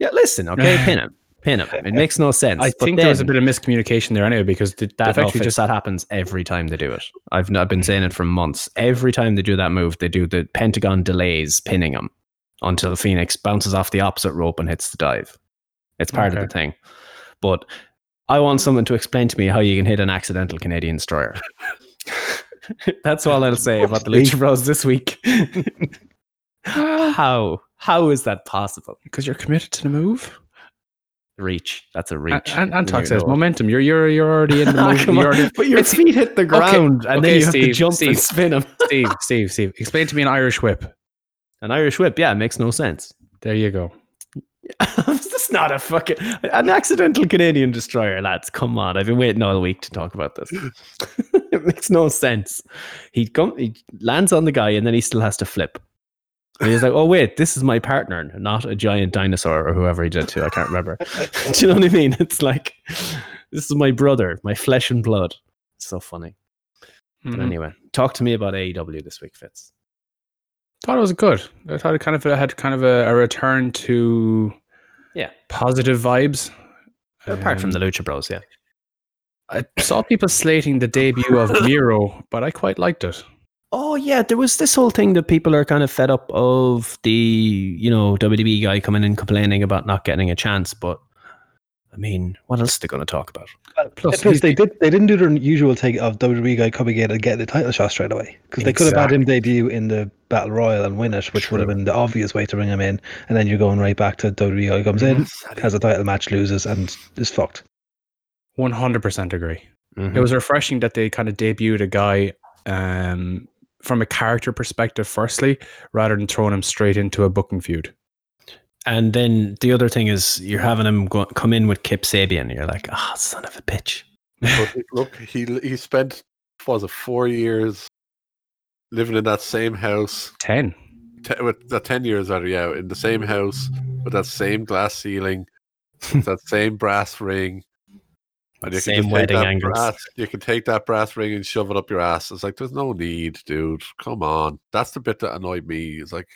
S3: yeah, listen, okay, pin him. Pin him. It makes no sense.
S7: I
S3: But
S7: think there was a
S3: then-
S7: bit of miscommunication there anyway because th- that
S3: that
S7: actually
S3: outfit,
S7: just Hmm.
S3: that happens every time they do it. I've not been saying it for months. Every time they do that move, they do the Pentagon delays pinning him until Phoenix bounces off the opposite rope and hits the dive. It's part
S7: Okay.
S3: of the thing. But I want someone to explain to me how you can hit an accidental Canadian destroyer. That's all I'll say about the Lucha Bros this week. how? How is that possible?
S7: because you're committed to the move.
S3: Reach. That's a
S7: And,
S3: reach.
S7: and, and Tuck
S3: You
S7: says
S3: know.
S7: momentum. You're you're you're already in the
S3: Ah,
S7: move.
S3: come
S7: you're
S3: on.
S7: already,
S3: But your
S7: It's-
S3: feet hit the ground, and
S7: okay,
S3: then you have to
S7: Steve,
S3: jump
S7: Steve.
S3: and spin them.
S7: Steve, Steve, Steve, explain to me an Irish whip.
S3: An Irish whip, yeah, it makes no sense.
S7: There you go.
S3: this is not a fucking an accidental Canadian destroyer, lads. Come on, I've been waiting all week to talk about this. it makes no sense. He come, he lands on the guy, and then he still has to flip. And he's like, "Oh wait, this is my partner, not a giant dinosaur or whoever he did to. I can't remember." Do you know what I mean? It's like this is my brother, my flesh and blood. It's so funny. But
S7: Mhm.
S3: anyway, talk to me about AEW this week, Fitz.
S7: Thought it was good. I thought it kind of had kind of a, a return to
S3: Yeah.
S7: positive vibes.
S3: Apart from
S7: Um,
S3: the Lucha Bros, yeah.
S7: I saw people slating the debut of Miro, but I quite liked it.
S3: Oh yeah, there was this whole thing that people are kind of fed up of the you know WWE guy coming in complaining about not getting a chance. But I mean, what else are they going to talk about?
S7: Plus,
S4: Plus,
S7: he's-
S4: they did they didn't do their usual thing of WWE guy coming in and getting the title shot straight away because they could have had him debut in the battle royal and win it, which would have been the obvious way to bring him in, and then you're going right back to WWE guy comes in,
S7: Mm-hmm.
S4: has a title match, loses, and is fucked.
S7: 100% agree.
S3: Mm-hmm.
S7: It
S3: Mm.
S7: was refreshing that they kind of debuted a guy um, from a character perspective, firstly, rather than throwing him straight into a booking feud.
S3: And then the other thing is you're having him go- come in with Kip Sabian. You're like, ah, son of a bitch.
S5: But it- look, he he spent what was it four years living in that same house,
S7: 10.
S5: te- with the ten years that are yeah, in the same house with that same glass ceiling, with that same brass ring. And
S3: Same
S5: just take
S3: wedding
S5: that
S3: angles.
S5: Brass, you can take that brass ring and shove it up your ass. It's like there's no need, dude. Come on. That's the bit that annoyed me. It's like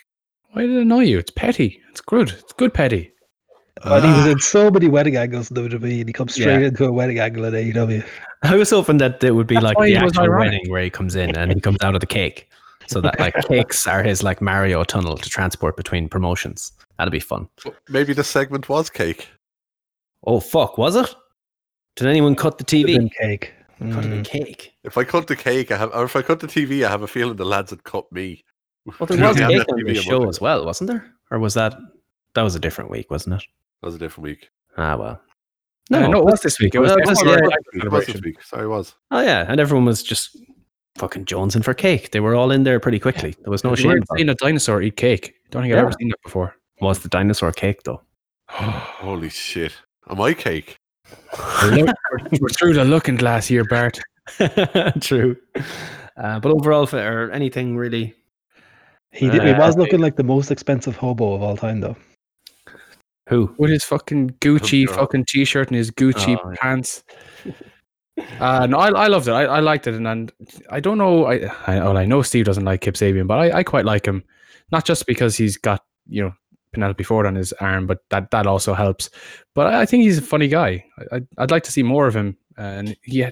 S7: Why did it annoy you? It's petty. It's good. It's good petty.
S3: Uh,
S4: and he was in so many wedding angles in WWE, and he comes straight into a E wedding angle at AEW.
S3: I was hoping that it would be
S7: That's
S3: like
S7: why
S3: the
S7: it was
S3: actual
S7: ironic.
S3: wedding where he comes in and he comes out of the cake, so that like cakes are his like Mario tunnel to transport between promotions. That'd be fun.
S5: maybe the segment was cake.
S3: Oh fuck, was it? Did anyone cut the TV?
S4: Could've been cake.
S3: Cut it in
S4: Mm.
S3: cake.
S5: If I cut the cake, I have, or if I cut the TV, I have a feeling the lads would cut me.
S3: Well, there
S5: Yeah,
S3: was
S5: yeah,
S3: cake
S5: that
S3: on
S5: TV
S3: the
S5: a
S3: show
S5: month
S3: as well, wasn't there? Or was that that was a different week, wasn't it?
S5: That was a different week.
S3: Ah well.
S7: No, no, it was this week. It was
S3: Well,
S7: this
S3: just-
S7: week.
S3: yeah.
S5: It was this week. Sorry, it was.
S3: Oh yeah, and everyone was just fucking jonesing for cake. They were all in there pretty quickly. There was no
S7: You
S3: shame.
S7: weren't seeing a dinosaur eat cake. Don't think I've
S3: Yeah.
S7: ever seen that before.
S3: Was the dinosaur cake though?
S5: Holy shit. Am I cake?
S7: We're through the looking glass here, Bart.
S3: True. Uh, but overall, for or anything really,
S4: He did, he
S3: Uh,
S4: was looking like the most expensive hobo of all time, though.
S3: who?
S7: With his fucking Gucci
S5: God.
S7: fucking t shirt and his Gucci
S3: Oh, yeah.
S7: pants. Uh, no, I, I loved it. I, I liked it, and, and I don't know. I, I well, I know Steve doesn't like Kip Sabian, but I, I quite like him, not just because he's got you know Penelope Ford on his arm, but that that also helps. But I, I think he's a funny guy. I, I'd, I'd like to see more of him, and he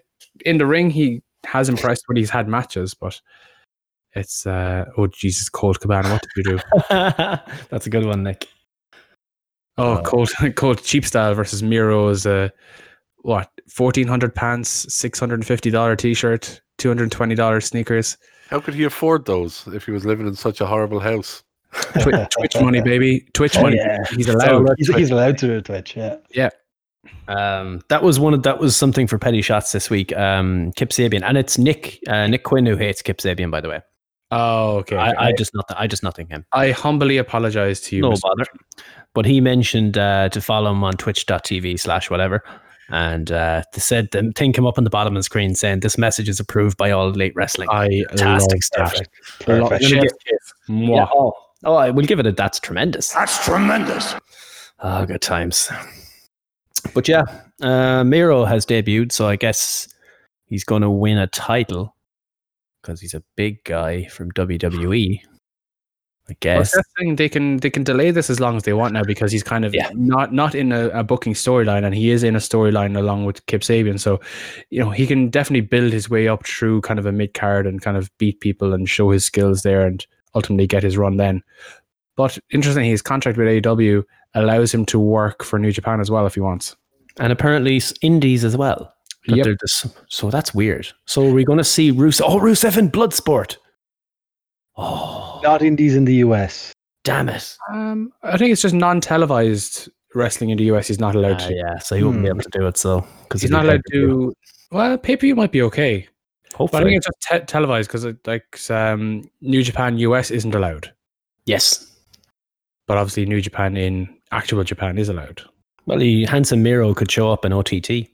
S7: in the ring he has impressed when he's had matches, but it's uh, oh Jesus, Cold Cabana, what did you do?
S3: That's a good one, Nick.
S7: Oh,
S3: Uh,
S7: cold, cold cheap style versus Miro is uh, what fourteen hundred pants, six hundred and fifty dollar t shirt, two hundred and twenty dollar sneakers,
S5: How could he afford those if he was living in such a horrible house?
S7: Twi- Twitch money, baby, Twitch
S4: Oh,
S7: money.
S4: yeah.
S7: He's allowed.
S4: He's, he's allowed to do Twitch, yeah.
S3: Um, that was one of that was something for petty shots this week. Um, Kip Sabian, and it's Nick uh, Nick Quinn who hates Kip Sabian. By the way,
S7: Oh, okay.
S3: I,
S7: I,
S3: I just not I just nothing him.
S7: I, humbly apologize to you.
S3: no
S7: Mr.
S3: bother. But he mentioned uh, to follow him on twitch.tv slash whatever. And uh, they said the thing came up on the bottom of the screen saying this message is approved by all late wrestling.
S7: I
S3: Fantastic
S7: love
S3: stuff.
S7: that. Lo-
S4: Perfect.
S7: Chef's kiss. Mwah.
S3: Yeah, oh, Oh, I will give it a that's tremendous.
S8: That's tremendous.
S3: Oh, good times. But yeah, uh, Miro has debuted, so I guess he's going to win a title because he's a big guy from WWE. I
S7: What's
S3: guess.
S7: that thing? They can they can delay this as long as they want now because he's kind of
S3: Yeah.
S7: not not in a, a booking storyline and he is in a storyline along with Kip Sabian. So, you know, he can definitely build his way up through kind of a mid card and kind of beat people and show his skills there and ultimately get his run then. But interestingly, his contract with AEW allows him to work for New Japan as well if he wants.
S3: And apparently s- indies as well. But
S7: Yep.
S3: they're just- so that's weird. So are we going to see Rusev? Oh, Rusev in Bloodsport. Oh,
S4: Not indies in the US.
S3: damn it.
S7: Um, I think it's just non televised wrestling in the US. He's not allowed
S3: Ah,
S7: to.
S3: yeah, so he won't be
S4: Hmm.
S3: able to do it. So because
S7: He's not allowed to. Well, pay per view might be okay. But I
S3: Hopefully,
S7: think it's just te- televised because like um, New Japan US isn't allowed,
S3: yes.
S7: but obviously New Japan in actual Japan is allowed.
S3: Well, he, handsome Miro could show up in OTT.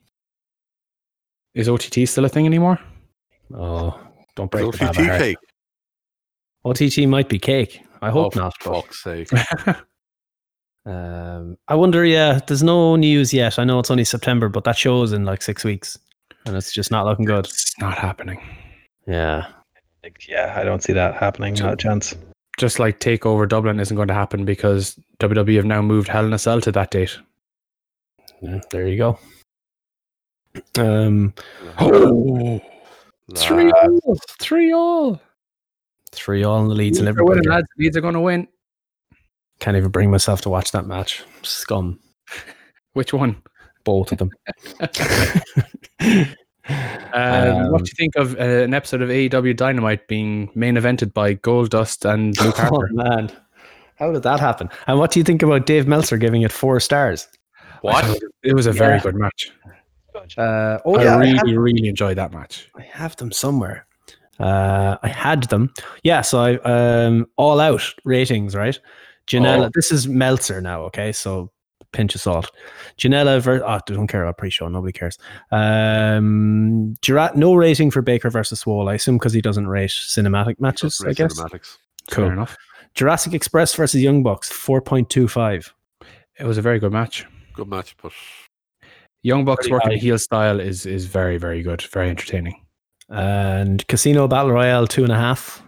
S7: Is OTT still a thing anymore?
S3: Oh, don't break the
S5: OTT
S3: Baba heart.
S5: cake.
S3: OTT might be cake. I hope
S5: Oh,
S3: not.
S5: for
S3: But,
S5: fuck's sake.
S3: um, I wonder. Yeah, there's no news yet. I know it's only September, but that show's in like six weeks, and it's just not looking good.
S7: It's not happening.
S3: Yeah.
S4: Like, yeah, I don't see that happening. Not a chance.
S7: Just like Takeover Dublin isn't going to happen because WWE have now moved Hell in a Cell to that date.
S3: Yeah, there you go. Um,
S7: Oh, three
S5: Lads.
S7: all, three all.
S3: three all in the leads, and
S7: They're winning,
S3: everybody
S7: lads. Leeds are going to win.
S3: can't even bring myself to watch that match. Scum.
S7: Which one?
S3: Both of them.
S7: Um,
S3: Um,
S7: what do you think of uh, an episode of AEW Dynamite being main evented by Gold Dust and Luke
S3: oh
S7: Harper?
S3: man, how did that happen? And what do you think about Dave Meltzer giving it four stars?
S5: What?
S7: It was a very
S3: Yeah.
S7: good match.
S3: Uh, oh
S7: I
S3: yeah, I
S7: really,
S3: have,
S7: really enjoyed that match.
S3: I have them somewhere. Uh, I had them. Yeah, so I um, all out ratings, right? Janela. This is Meltzer now. Okay, so pinch of salt. Janela. Ver- oh, don't care about pre-show. Nobody cares. Um, Gerard, no rating for Baker versus Wall. I assume because he doesn't rate cinematic matches.
S5: Great
S3: I guess.
S5: cinematics.
S3: Cool.
S7: Fair enough.
S3: Jurassic Express versus Young Bucks. Four point two five.
S7: It was a very good match.
S5: Good match, but uh,
S7: Young Bucks
S3: Pretty
S7: working
S3: high.
S7: heel style is is very very good, very entertaining.
S3: And Casino Battle Royale two and a half.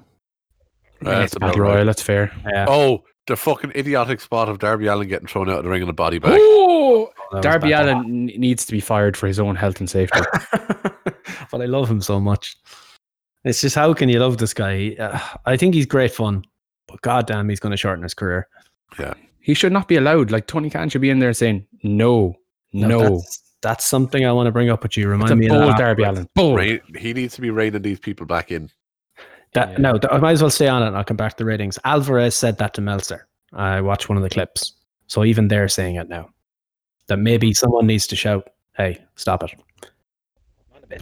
S5: Yeah,
S7: Yeah,
S5: it's about
S7: Battle
S5: right.
S7: Royal, that's fair.
S3: Yeah,
S5: oh, the fucking idiotic spot of Darby Allen getting thrown out of the ring in a body bag.
S7: Oh,
S3: that was
S7: Darby
S3: bad.
S7: Allen n- needs to be fired for his own health and safety.
S3: but I love him so much. It's just how can you love this guy? Uh, I think he's great fun, but goddamn, he's going to shorten his career.
S7: he should not be allowed. Like Tony Khan should be in there saying no, no.
S3: that's, that's something I want to bring up with you.
S7: It's
S3: Remind
S7: a
S3: me of
S7: bold
S3: that.
S7: Darby Allen. Bold.
S5: Rein, he needs to be reining these people back in.
S3: That,
S7: Yeah.
S3: No, th- I might as well stay on it and I'll come back to the ratings. Alvarez said that to Meltzer. I watched one of the clips, so even they're saying it now. That maybe someone needs to shout, "Hey, stop it."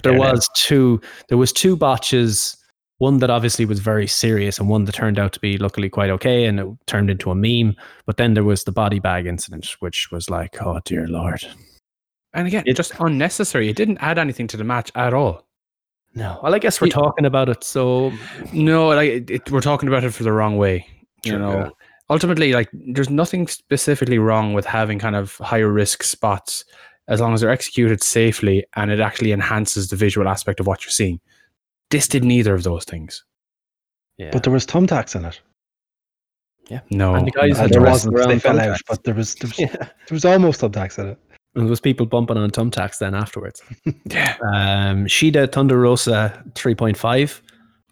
S3: there was two there was two botches one that obviously was very serious and one that turned out to be luckily quite okay and it turned into a meme but then there was the body bag incident which was like oh dear lord
S7: And again,
S3: It-
S7: just unnecessary. It didn't add anything to the match at all.
S3: no well i guess we're
S7: Yeah.
S3: talking about it so
S7: No, like it, it, we're talking about it for the wrong way. You
S5: Sure,
S7: know,
S5: yeah.
S7: ultimately, like there's nothing specifically wrong with having kind of higher risk spots as long as they're executed safely and it actually enhances the visual aspect of what you're seeing. This did neither of those things.
S3: yeah
S4: But there was thumbtacks in it.
S7: No,
S3: And the guys
S7: no.
S4: Uh,
S3: had
S4: there
S3: to
S4: wasn't.
S3: wrestle
S4: They
S3: around
S4: fell out,
S3: thumbtacks.
S4: but there was there was,
S3: yeah.
S4: there was almost thumbtacks in it.
S3: and there was people bumping on thumbtacks then afterwards
S7: Yeah.
S3: um shida thunder rosa 3.5
S5: He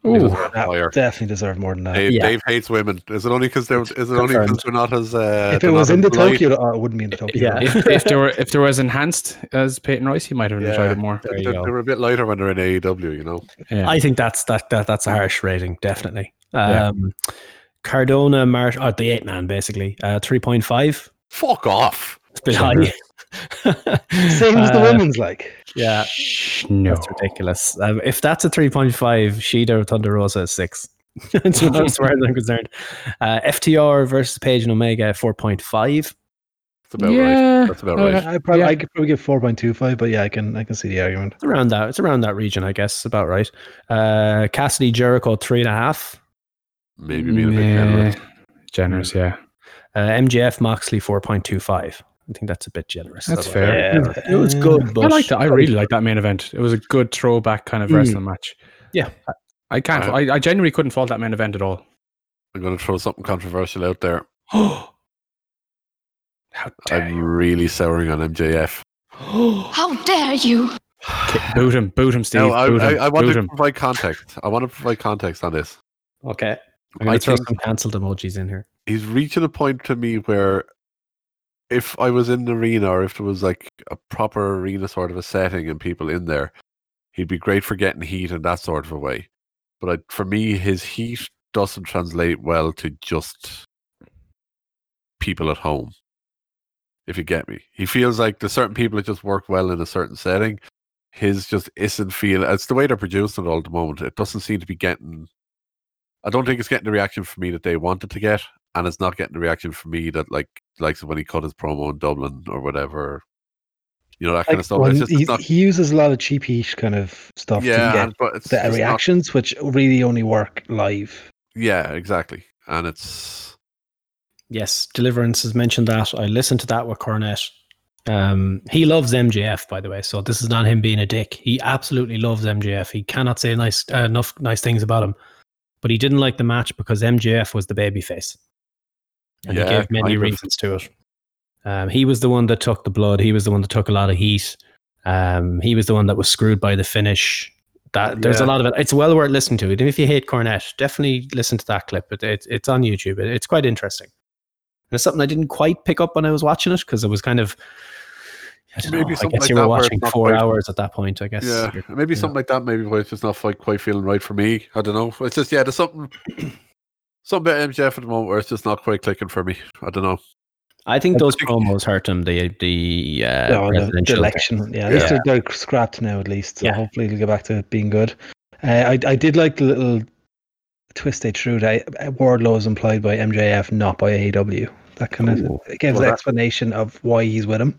S7: Ooh.
S5: doesn't have
S4: That
S5: fire.
S4: definitely deserved more than that.
S5: Dave,
S3: yeah.
S5: Dave hates women. Is it only because they're? Is it only
S3: Confirmed.
S5: because they're not as? Uh,
S4: if it
S5: they're
S4: was
S5: not
S4: in the
S5: as polite?
S4: Tokyo, oh, it wouldn't be in the Tokyo.
S3: Yeah.
S7: if, if there were if there was enhanced as Peyton Royce, he might have
S5: Yeah.
S7: enjoyed it more.
S5: They're,
S3: you
S5: they're-
S3: go.
S5: they're a bit lighter when they're in AEW, you know.
S7: Yeah.
S3: I think that's that, that that's a harsh rating, definitely.
S7: Yeah.
S3: Um, Cardona, Mart, or the eight man, basically, uh, three point five.
S5: Fuck off.
S3: It's a bit high.
S4: Same as the
S3: Uh,
S4: women's, like.
S3: Yeah,
S7: Shh, no.
S3: that's ridiculous. Um, if that's a three point five, Shida Thunder Rosa is six. as far as I'm concerned, uh, FTR versus Page and Omega four point five.
S5: That's about right.
S7: yeah.
S5: That's about
S7: Uh,
S5: right.
S4: I probably
S7: yeah.
S4: I could probably give four point two five, but yeah, I can I can see the argument.
S3: It's around that. It's around that region, I guess. About right. Uh, Cassidy Jericho three and a half.
S5: Maybe being a big
S7: Nah.
S5: fan of it.
S7: generous. Yeah,
S3: Uh, MGF Moxley 4.25. I think that's a bit generous.
S7: That's
S3: as well.
S7: fair.
S3: It was good, but
S7: I like that. I really like that main event. It was a good throwback kind of
S3: Mm.
S7: wrestling match.
S3: Yeah.
S7: I, I can't. I, I genuinely couldn't fault that main event at all.
S5: I'm going to throw something controversial out there.
S7: How dare
S5: I'm
S7: you?
S5: really souring on MJF.
S9: How dare you?
S7: Ki- Boot him, boot him, Steve.
S5: No, I,
S7: boot
S5: I,
S7: him,
S5: I want
S7: boot
S5: to
S7: him.
S5: provide context. I want to provide context on this.
S3: okay. I'm
S5: I
S3: gonna throw
S5: think-
S3: some cancelled emojis in here.
S5: He's reaching a point to me where if I was in the arena or if there was like a proper arena sort of a setting and people in there, he'd be great for getting heat in that sort of a way. But I, for me, his heat doesn't translate well to just people at home. If you get me, he feels like there's certain people that just work well in a certain setting. His just isn't feel. It's the way they're producing it all at the moment. It doesn't seem to be getting. I don't think it's getting the reaction for me that they wanted to get, and it's not getting the reaction for me that like likes it when he cut his promo in Dublin or whatever. You know that kind of stuff.
S4: when
S5: It's just
S4: he,
S5: it's not.
S4: he uses a lot of cheap heat kind of stuff to
S5: Yeah,
S4: get
S5: and, but it's,
S4: the
S5: it's not
S4: reactions, which really only work live.
S5: Yeah, exactly. And it's
S3: Yes, Deliverance has mentioned that. I listened to that with Cornet. Um, he loves MJF, by the way. So this is not him being a dick. He absolutely loves MJF. He cannot say nice uh, enough nice things about him. But he didn't like the match because MJF was the babyface, and he
S5: yeah,
S3: gave many
S5: kind of.
S3: reasons to it. Um, he was the one that took the blood. He was the one that took a lot of heat. Um, he was the one that was screwed by the finish. That there's a
S5: Yeah.
S3: lot of it. It's well worth listening to. Even if you hate Cornet, definitely listen to that clip. It, it, it's on YouTube. It- it's quite interesting. And it's something I didn't quite pick up when I was watching it because it was kind of. I don't
S5: Maybe
S3: know. I
S5: something
S3: guess
S5: like
S3: you
S5: that
S3: were
S5: where it's
S3: watching
S5: not
S3: four
S5: quite-
S3: hours at that point. I guess.
S5: yeah,
S3: You're-
S5: maybe
S3: yeah.
S5: something like that. Maybe where it's just not like quite feeling right for me. I don't know. It's just yeah, there's something, something about MJF at the moment where it's just not quite clicking for me. I don't know.
S3: I think
S4: I
S3: those
S5: think-
S3: promos hurt him. The the, uh,
S4: No, the- the,
S3: presidential thing.
S4: election. Yeah, at least
S3: Yeah.
S4: They're, they're scrapped now, at least. So
S3: Yeah.
S4: hopefully they'll get back to being good. Uh, I, I did like the little twist they threw that uh, Wardlow is employed by MJF, not by AEW. That kind
S5: Ooh.
S4: of it gives
S5: Well,
S4: an
S5: that-
S4: explanation of why he's with him.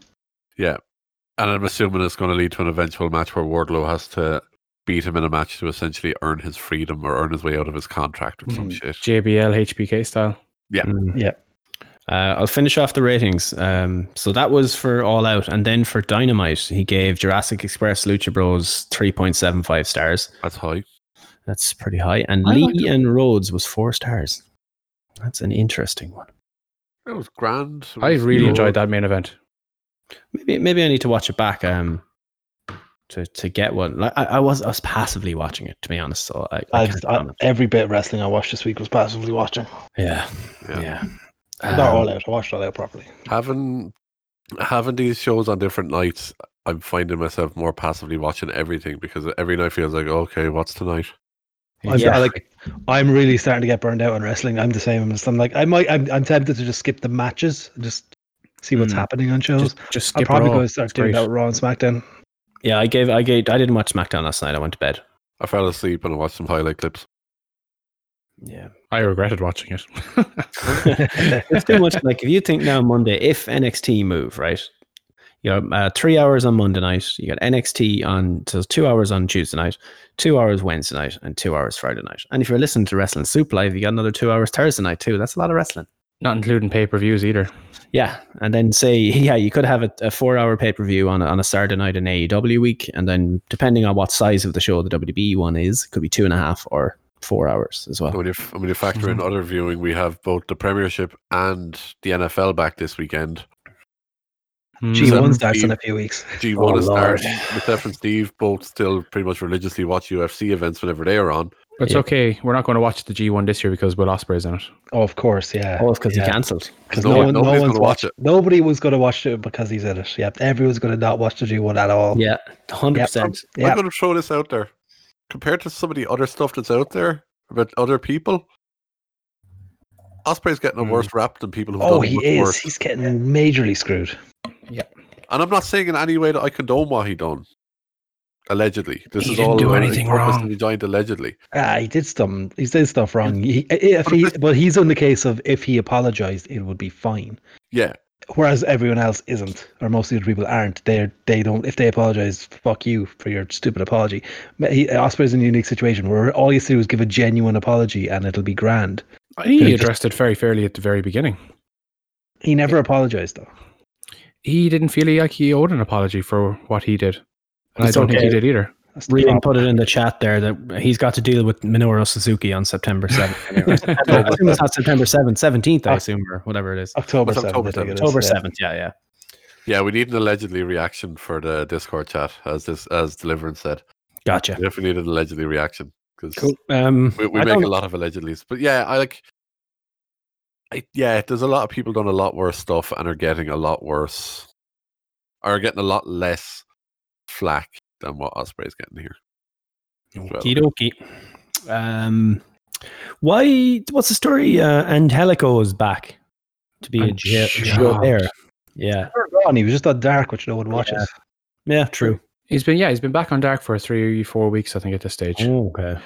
S5: And I'm assuming it's going to lead to an eventual match where Wardlow has to beat him in a match to essentially earn his freedom or earn his way out of his contract or some
S7: Mm.
S5: shit.
S7: JBL HBK style.
S3: Mm.
S4: Yeah.
S3: Uh, I'll finish off the ratings. Um, so that was for All Out, and then for Dynamite, he gave Jurassic Express Lucha Bros three point seven five stars.
S5: That's high.
S3: That's pretty high. And
S9: I
S3: Lee
S9: like
S3: and Rhodes was four stars. That's an interesting one.
S5: It was grand. It
S7: I
S5: was
S7: really
S5: good.
S7: enjoyed that main event.
S3: Maybe maybe I need to watch it back. Um, to to get one. Like I, I was I was passively watching it to be honest. So I, I,
S4: I,
S3: can't
S4: I,
S3: comment.
S4: every bit of wrestling I watched this week was passively watching.
S3: yeah
S5: Yeah.
S3: yeah.
S4: Not
S3: Um,
S4: all out. I watched all out properly.
S5: having having these shows on different nights. I'm finding myself more passively watching everything because every night feels like okay, what's tonight?
S4: I'm,
S3: Um, Yeah.
S4: I like, I'm really starting to get burned out on wrestling. I'm the same. I'm, just, I'm like, I might, I'm, I'm tempted to just skip the matches and just see what's
S7: Mm.
S4: happening on shows.
S7: Just, just
S4: I'm
S7: skip
S4: probably
S7: Raw.
S4: going to start
S7: It's
S4: doing
S7: great.
S4: that Raw and SmackDown.
S3: yeah. I gave I gave I didn't watch SmackDown last night. I went to bed.
S5: I fell asleep and I watched some highlight clips.
S3: Yeah.
S7: I regretted watching it.
S3: it's too much. Like if you think now Monday, if NXT move right, you got uh, three hours on Monday night. You got NXT on so two hours on Tuesday night, two hours Wednesday night, and two hours Friday night. And if you're listening to Wrestling Soup Live, you got another two hours Thursday night too. That's a lot of wrestling.
S7: Not including pay per views either.
S3: Yeah, and then say yeah, you could have a, a four-hour pay-per-view on a, on a Saturday night in AEW week, and then depending on what size of the show the WB one is, it could be two and a half or four hours as well.
S5: And when you f- and when you factor
S3: Mm-hmm.
S5: in other viewing, we have both the Premiership and the NFL back this weekend.
S7: Mm.
S4: G1
S5: Seven
S4: starts in
S5: team.
S4: a few weeks.
S5: G1
S3: Oh,
S5: is
S3: Lord.
S5: stars. Myself and Steve both still pretty much religiously watch UFC events whenever they are on.
S7: But it's
S3: Yeah.
S7: okay. We're not going to watch the G1 this year because Will Ospreay's in it.
S4: Oh, of course, yeah.
S3: Oh, because
S4: yeah.
S3: he cancelled.
S4: Because
S5: No
S4: no,
S5: one-
S4: one, no
S5: nobody's
S4: one's
S5: gonna watch
S4: watch it. Nobody was going to watch it because he's in it. Yep, everyone's going to not watch the G1 at all.
S3: Yeah, hundred percent.
S5: I'm
S4: Yeah,
S5: going to throw this out there. Compared to some of the other stuff that's out there about other people, Osprey's getting a
S7: Mm.
S5: worse rap than people who've
S4: Oh,
S5: done
S4: he
S5: much
S4: is.
S5: worse.
S4: He's getting majorly screwed.
S5: And I'm not saying in any way that I condone what he done. Allegedly, this
S8: He
S5: is
S8: didn't
S5: all
S8: do
S5: about- he
S8: anything
S5: purposely
S8: wrong.
S5: Joined allegedly.
S4: Ah, he did some. He did stuff wrong. He, if he, but he's on the case of if he apologized, it would be fine.
S5: Yeah,
S4: Whereas everyone else isn't, or most of the people aren't. They're they don't. If they apologize, fuck you for your stupid apology. Ma- He, Osprey's in a unique situation where all he has to do is give a genuine apology, and it'll be grand.
S7: He addressed it very fairly at the very beginning.
S4: He never apologized though.
S7: He didn't feel like he owed an apology for what he did, and
S3: It's
S7: I don't
S3: okay.
S7: think he did either.
S4: That's the
S3: Reading
S4: problem.
S3: put it in the chat there that he's got to deal with Minoru Suzuki on September 7th. Anyway, I assume it's not September 7th, 17th, I assume, or whatever it is.
S4: October
S5: It's
S4: seventh.
S5: October
S4: I think it is,
S3: October
S4: yeah.
S3: 7th, yeah, yeah.
S5: Yeah, we need an allegedly reaction for the Discord chat, as this as Deliverance said.
S3: Gotcha.
S5: We definitely need an allegedly reaction because
S3: Um,
S5: we, we
S3: I
S5: make
S3: don't-
S5: a lot of allegedlys. But yeah, I like. I, yeah, there's a lot of people done a lot worse stuff and are getting a lot worse, are getting a lot less flack than what Osprey's getting here. Well,
S3: Okie dokie. Um, why? What's the story? Uh, Angelico is back to be a jail,
S7: Angelico.
S3: there. Yeah,
S4: Never gone, He was just on dark, which no one watches.
S3: yeah, true.
S7: He's been yeah, he's been back on dark for three, four weeks, I think, at this stage.
S3: Oh, okay,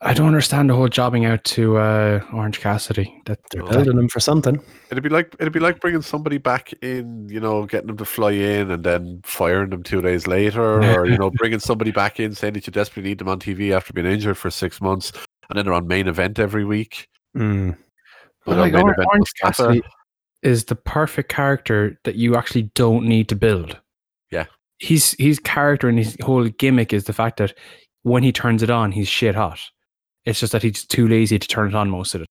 S7: I don't understand the whole jobbing out to uh, Orange Cassidy. That,
S3: they're
S5: Oh.
S3: building him for something.
S5: It'd be like it'd be like bringing somebody back in, you know, getting them to fly in and then firing them two days later, or you know, bringing somebody back in saying that you desperately need them on TV after being injured for six months, and then they're on main event every week.
S7: But
S3: Hmm.
S5: They're on
S7: like,
S5: main
S7: Or-
S5: event
S7: Orange
S5: with Kappa.
S7: Cassidy is the perfect character that you actually don't need to build.
S5: Yeah.
S7: He's his character and his whole gimmick is the fact that when he turns it on, he's shit hot. It's just that he's too lazy to turn it on most of the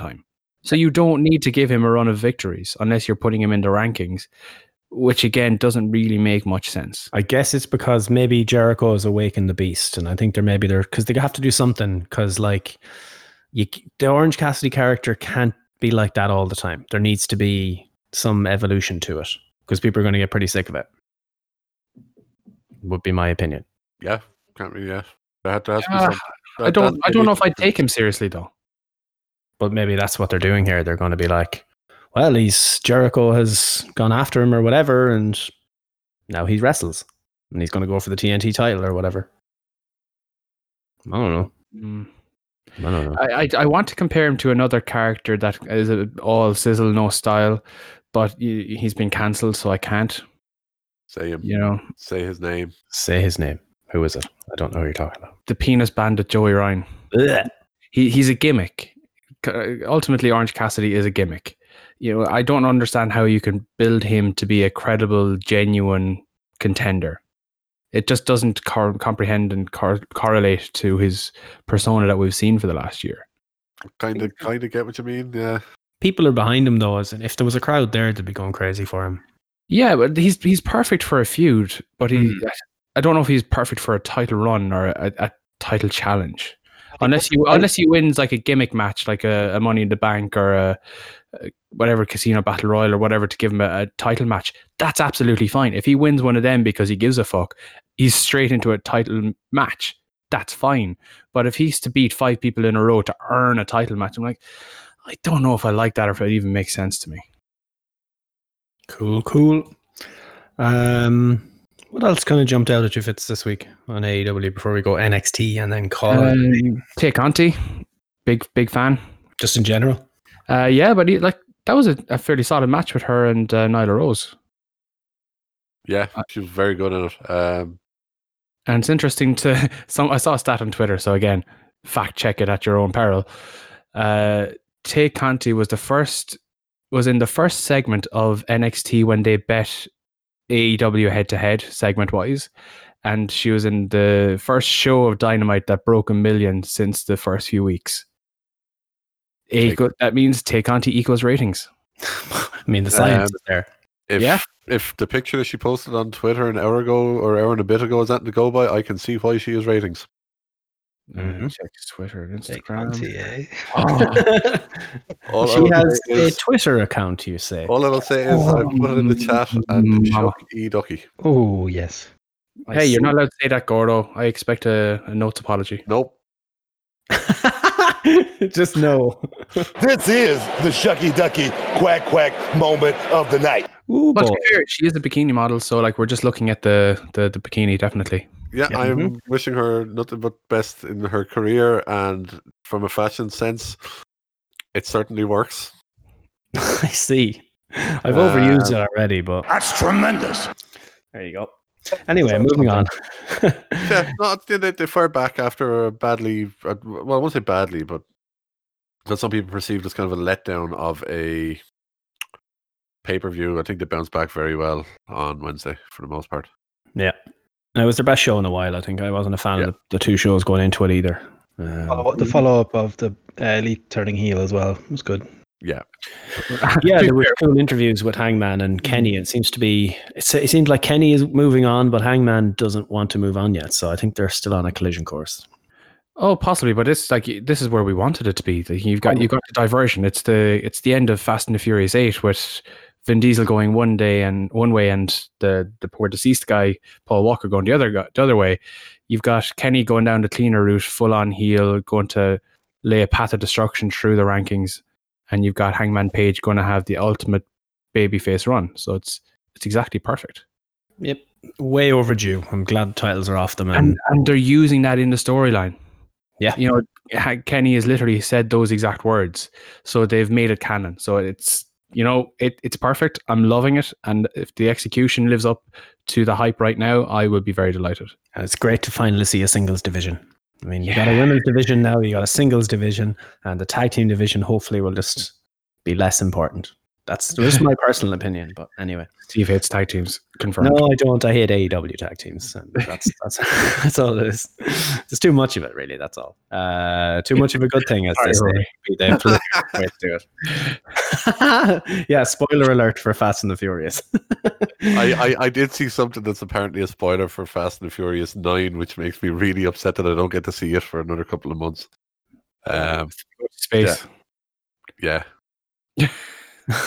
S7: time. So you don't need to give him a run of victories unless you're putting him in the rankings, which again doesn't really make much sense.
S3: I guess it's because maybe Jericho has awakened the beast, and I think they're maybe they're because they have to do something because like you, c- the Orange Cassidy character can't be like that all the time. There needs to be some evolution to it because people are going to get pretty sick of it. Would be my opinion.
S5: Yeah, can't really. Yeah, there had to has to be
S7: Yeah,
S5: something.
S7: Uh, I don't I don't know if I take him seriously though.
S3: But maybe that's what they're doing here. They're going to be like, well, he's Jericho has gone after him or whatever, and now he wrestles and he's going to go for the TNT title or whatever. I don't know.
S7: Mm.
S3: I don't know.
S7: I, I I want to compare him to another character that is a, all sizzle no style, but he, he's been cancelled, so I can't.
S5: say him,
S7: You know,
S5: say his name.
S3: Say his name. Who is it? I don't know who you're talking about.
S7: the penis bandit Joey Ryan. He he's a gimmick. C- uh, Ultimately, Orange Cassidy is a gimmick. You know, I don't understand how you can build him to be a credible, genuine contender. It just doesn't cor- comprehend and cor- correlate to his persona that we've seen for the last year.
S5: Kind of, kind of get what you mean. Yeah,
S3: People are behind him though, as in if there was a crowd there, they'd be going crazy for him.
S7: Yeah, but he's he's perfect for a feud, but he I don't know if he's perfect for a title run or a, a title challenge. Unless you unless he wins like a gimmick match, like a, a Money in the Bank or a, a whatever casino battle royal or whatever to give him a, a title match, that's absolutely fine. If he wins one of them because he gives a fuck, he's straight into a title match. That's fine. But if he's to beat five people in a row to earn a title match, I'm like, I don't know if I like that or if it even makes sense to me.
S3: Cool, cool. Um, what else kind of jumped out at you, Fitz, this week on AEW before we go NXT and then call it?
S7: Um, Tay Conti, big big fan.
S3: just in general?
S7: Uh, yeah, but he, like that was a, a fairly solid match with her and uh, Nyla Rose,
S5: yeah,
S7: I-
S5: she was very good at it. Um,
S7: and it's interesting to some. I saw a stat on Twitter, so again, fact check it at your own peril. Uh, Tay Conti was the first was in the first segment of NXT when they bet E AEW head to head segment wise, and she was in the first show of Dynamite that broke a million since the first few weeks. Equal, that means Tay Conti equals ratings.
S3: I mean, the science is there.
S5: if
S7: Yeah.
S5: if the picture that she posted on Twitter an hour ago or hour and a bit ago is that to go by, I can see why she has ratings.
S3: Mhm.
S7: Uh, Check Twitter and
S4: Take Conti, eh?
S5: All I
S3: she
S5: will
S3: has
S5: say
S3: a
S5: is-
S3: Twitter account, you say.
S5: All I will say is I put it in the chat and shock
S7: um,
S5: e ducky.
S4: Oh yes.
S7: Hey, you're not allowed to say that, Gordo. I expect a, a notes apology.
S5: Nope.
S3: just no.
S8: This is the Shucky Ducky Quack Quack moment of the night.
S3: Ooh,
S7: But to
S3: boy.
S7: be fair, she is a bikini model, so like we're just looking at the the, the bikini definitely.
S5: Yeah,
S3: Yeah.
S5: I'm wishing her nothing but best in her career and from a fashion sense, it certainly works.
S3: I see. I've overused it already, but
S8: That's tremendous.
S3: there you go. Anyway, moving on.
S5: Yeah, no, they, they, they fired back after a badly, uh, well, I won't say badly, but because some people perceived as kind of a letdown of a pay per view. I think they bounced back very well on Wednesday for the most part.
S3: Yeah. No, it was their best show in a while, I think. I wasn't a fan
S5: Yeah.
S3: of the, the two shows going into it either. Um,
S4: Follow- the follow up of the uh, elite turning heel as well was good.
S3: yeah, there were cool interviews with Hangman and Kenny. It seems to be, it, se- it seems like Kenny is moving on, but Hangman doesn't want to move on yet. So I think they're still on a collision course.
S7: Oh, possibly, but it's like this is where we wanted it to be. Like, You've got you got the diversion. It's the it's the end of Fast and the Furious Eight with Vin Diesel going one day and one way, and the the poor deceased guy Paul Walker going the other go- the other way. You've got Kenny going down the cleaner route, full on heel, going to lay a path of destruction through the rankings, and you've got Hangman Page going to have the ultimate babyface run. So it's it's exactly perfect.
S3: Yep. Way overdue. I'm glad titles are off them.
S7: and and they're using that in the storyline.
S3: Um, Yeah.
S7: you know, Ha- Kenny has literally said those exact words, so they've made it canon. So it's you know, it it's perfect. I'm loving it, and if the execution lives up to the hype right now, I will be very delighted.
S3: And it's great to finally see a singles division. I mean, you got a women's division now, you got a singles division, and the tag team division hopefully will just be less important. That's just my personal opinion, but anyway.
S7: Steve hates tag teams confirmed.
S3: No, I don't. I hate AEW tag teams, and that's that's, that's all it is. There's too much of it, really. That's all. Uh, too much of a good thing, as they
S7: Sorry,
S3: say. They have to look for ways to do it. yeah, spoiler alert for Fast and the Furious.
S5: I, I, I did see something that's apparently a spoiler for Fast and the Furious 9, which makes me really upset that I don't get to see it for another couple of months. Um,
S7: Space.
S5: yeah.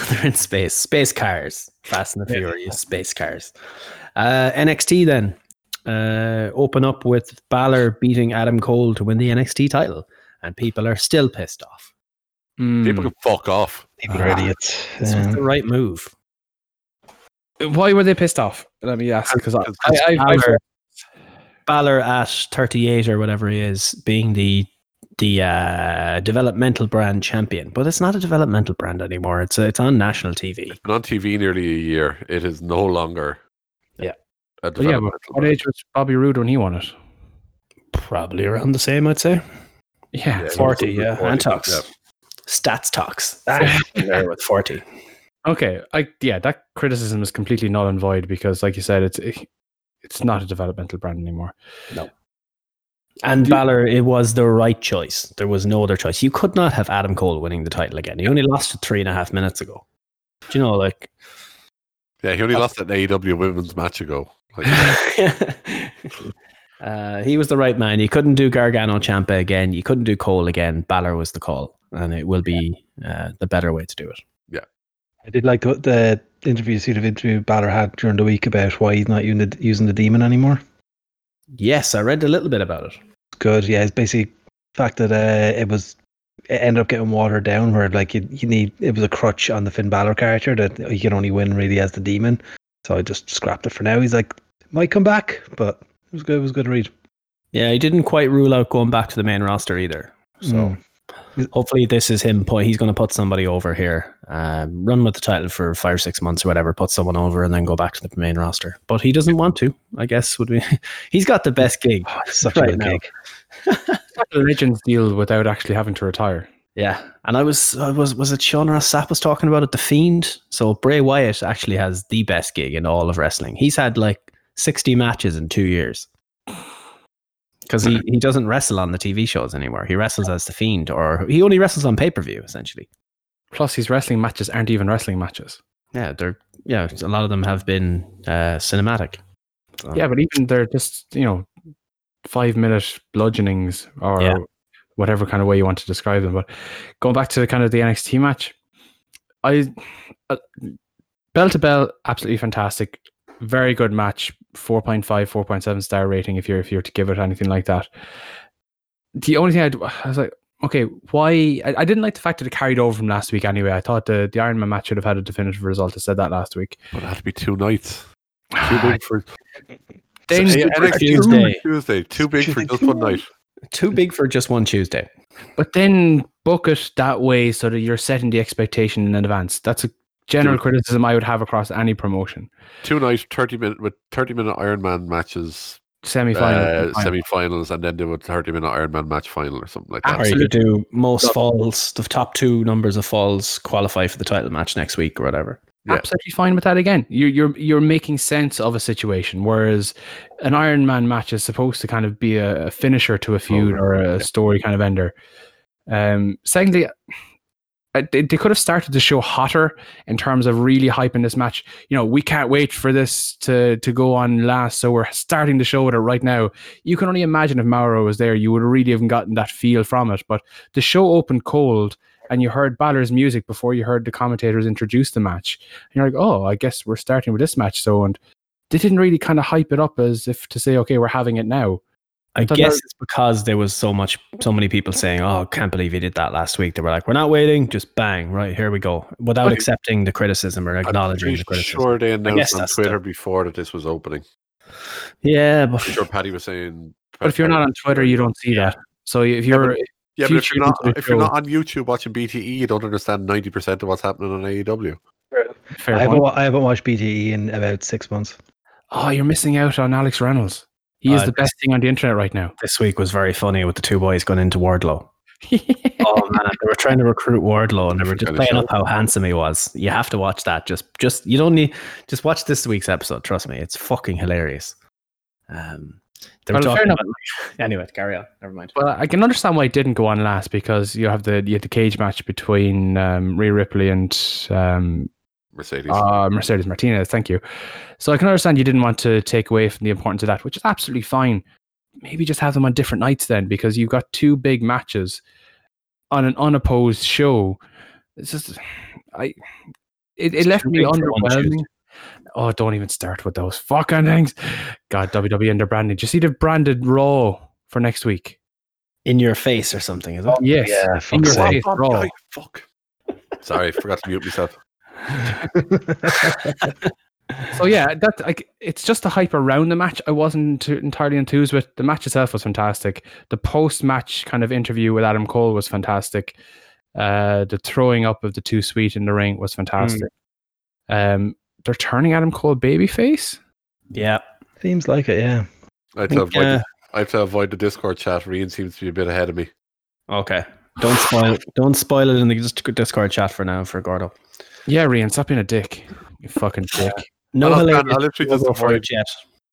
S3: They're in space. Space cars. Fast and the Furious. Space cars. Uh, NXT then. Uh, open up with Balor beating Adam Cole to win the NXT title. And people are still pissed off.
S7: Mm.
S5: People can fuck off.
S4: People are
S3: Ah,
S4: idiots.
S3: This
S4: Um,
S3: was the right move.
S7: Why were they pissed off? Let me ask because I,
S5: Because
S7: I, I, I
S3: Balor, Balor at 38 or whatever he is, being the the uh, developmental brand champion. But it's not a developmental brand anymore. It's uh, it's on national TV.
S5: Been on TV nearly a year. It is no longer.
S3: Yeah.
S5: a
S7: But yeah, but
S5: developmental
S7: what
S5: brand.
S7: age was Bobby Roode when he won it?
S3: Probably around the same, I'd say.
S7: Yeah,
S5: Yeah.
S3: 40,
S5: something
S3: yeah.
S5: like 40,
S3: And talks.
S5: yeah.
S3: Stats talks. Ah, there with 40.
S7: Okay, I yeah, that criticism is completely null and void because, like you said, it's eh, it's not a developmental brand anymore.
S3: And Balor, it was the right choice. There was no other choice. You could not have Adam Cole winning the title again. He only lost it three and a half minutes ago. Do you know, like,
S5: Yeah, he only lost an AEW E women's match ago. Like,
S3: uh, he was the right man. You couldn't do Gargano Champa again. You couldn't do Cole again. Balor was the call, and it will be uh, the better way to do it.
S4: I did like the, the interview, sort of interview Balor had during the week about why he's not using the, using the demon anymore.
S3: Yes, I read a little bit about it.
S4: It's good. Yeah, it's basically the fact that uh, it was it ended up getting watered down where like you, you need it was a crutch on the Finn Balor character that he can only win really as the demon. So I just scrapped it for now. He's like might come back, but it was good. It was good read.
S3: Yeah, he didn't quite rule out going back to the main roster either. So hopefully, this is him. Point he's going to put somebody over here, um, run with the title for five or six months or whatever, put someone over, and then go back to the main roster. But he doesn't want to. I guess would be he's got the best gig.
S7: Hmm.
S4: Oh, it's such
S3: Right
S4: a good
S3: now.
S4: gig.
S7: Legends deal without actually having to retire.
S3: Yeah, and I was I was was it Sean Ross Sapp was talking about it, the Fiend. So Bray Wyatt actually has the best gig in all of wrestling. He's had like sixty matches in two years because he he doesn't wrestle on the TV shows anymore. He wrestles as the Fiend, or he only wrestles on pay per view essentially.
S7: Plus, his wrestling matches aren't even wrestling matches.
S3: Yeah, they're yeah, a lot of them have been uh, cinematic.
S7: Yeah, but even they're just you know five minute bludgeonings or
S3: Yeah.
S7: whatever kind of way you want to describe them. But going back to the kind of the NXT match, I uh, bell to bell, absolutely fantastic, very good match. 4.5, 4.7 star rating if you're if you're to give it anything like that. The only thing I'd, I was like, okay, why? I, I didn't like the fact that it carried over from last week anyway. I thought the the Iron Man match should have had a definitive result. I said that last week.
S5: but it had to be two nights. Too big for
S7: They-
S5: So, yeah,
S3: for
S5: NXT
S3: Tuesday.
S5: Tuesday. Too big for just one night.
S3: Too big for just one Tuesday.
S7: But then book it that way so that you're setting the expectation in advance. That's a general
S5: Sure.
S7: criticism I would have across any promotion.
S5: Two nights, thirty minute with thirty minute Iron Man matches
S7: semi
S5: uh,
S7: final.
S5: semi-finals, and then do a thirty-minute Ironman match final or something like that.
S3: Or you could do most falls, the top two numbers of falls qualify for the title match next week or whatever.
S5: yeah.
S7: Absolutely fine with that again. You're you're you're making sense of a situation, whereas an Iron Man match is supposed to kind of be a, a finisher to a feud or a story kind of ender. Um, secondly, I- they, they could have started the show hotter in terms of really hyping this match. You know, we can't wait for this to to go on last, so we're starting the show with it right now. You can only imagine if Mauro was there, you would have really have gotten that feel from it. But the show opened cold, and you heard Balor's music before you heard the commentators introduce the match. And you're like, oh, I guess we're starting with this match. So and they didn't really kind of hype it up as if to say, okay, we're having it now.
S3: I
S7: So
S3: guess
S7: there-
S3: it's because there was so much, so many people saying, "Oh, can't believe he did that last week." They were like, "We're not waiting, just bang, right here we go," without
S5: But-
S3: accepting the criticism or
S5: I'm
S3: acknowledging
S5: pretty
S3: the criticism.
S5: sure they
S3: guess
S5: announced on
S3: that's
S5: Twitter
S3: the-
S5: before that this was opening.
S3: Yeah, but
S5: I'm sure Paddy was saying. uh,
S7: But if you're not on Twitter, you don't see that. So if you're
S5: Yeah, but if you're not
S7: featured into the
S5: if you're
S7: show.
S5: not on YouTube watching BTE, you don't understand ninety percent of what's happening on E AEW.
S4: I
S7: fair point.
S4: haven't, wa- I haven't watched BTE in about six months.
S7: Oh, you're missing out on Alex Reynolds. He is
S3: Uh,
S7: the best thing on the internet right now.
S3: this week was very funny with the two boys going into Wardlow. oh man, they were trying to recruit Wardlow, and they were just
S5: Different kinda
S3: playing up how handsome he was. You have to watch that. Just, just you don't need. Just watch this week's episode. Trust me, it's fucking hilarious. Um, they were
S7: Well,
S3: talking
S7: fair enough.
S3: about. Anyway, carry on. Never mind.
S7: Well, I can understand why it didn't go on last because you have the you had the cage match between um, Rhea Ripley and um,
S5: Mercedes.
S7: uh, Mercedes Martinez. Thank you. So I can understand you didn't want to take away from the importance of that, which is absolutely fine. Maybe just have them on different nights then, because you've got two big matches on an unopposed show. It's just, I, it, it
S3: It's
S7: left
S3: too
S7: me
S3: big for one
S7: underwhelming.
S3: Tuesday.
S7: Oh, don't even start with those fucking things. God, E WWE and their branding. Do you see they've branded Raw for next week?
S3: In your face or something, is it?
S7: Yes.
S4: Yeah,
S7: In
S4: fuck's
S7: your
S4: sake.
S7: face, Raw.
S5: Ay, fuck. Sorry, forgot to mute myself.
S7: So Oh, yeah, that like it's just the hype around the match. I wasn't ent- entirely enthused with the match itself was fantastic. The post-match kind of interview with Adam Cole was fantastic. Uh, the throwing up of the two sweet in the ring was fantastic. Um, they're turning Adam Cole babyface.
S3: Yeah.
S4: Seems like it, yeah.
S5: I have to
S3: think,
S5: avoid.
S3: uh,
S5: The, I have to avoid the Discord chat. Reen seems to be a bit ahead of me.
S3: Okay. Don't spoil. don't spoil it in the dis- Discord chat for now for Gordo.
S7: Yeah, Rian, stop being a dick. You fucking dick.
S3: No,
S5: I'll-
S3: hilarious
S5: I'll literally just
S3: logo for
S5: avoid-
S3: it yet.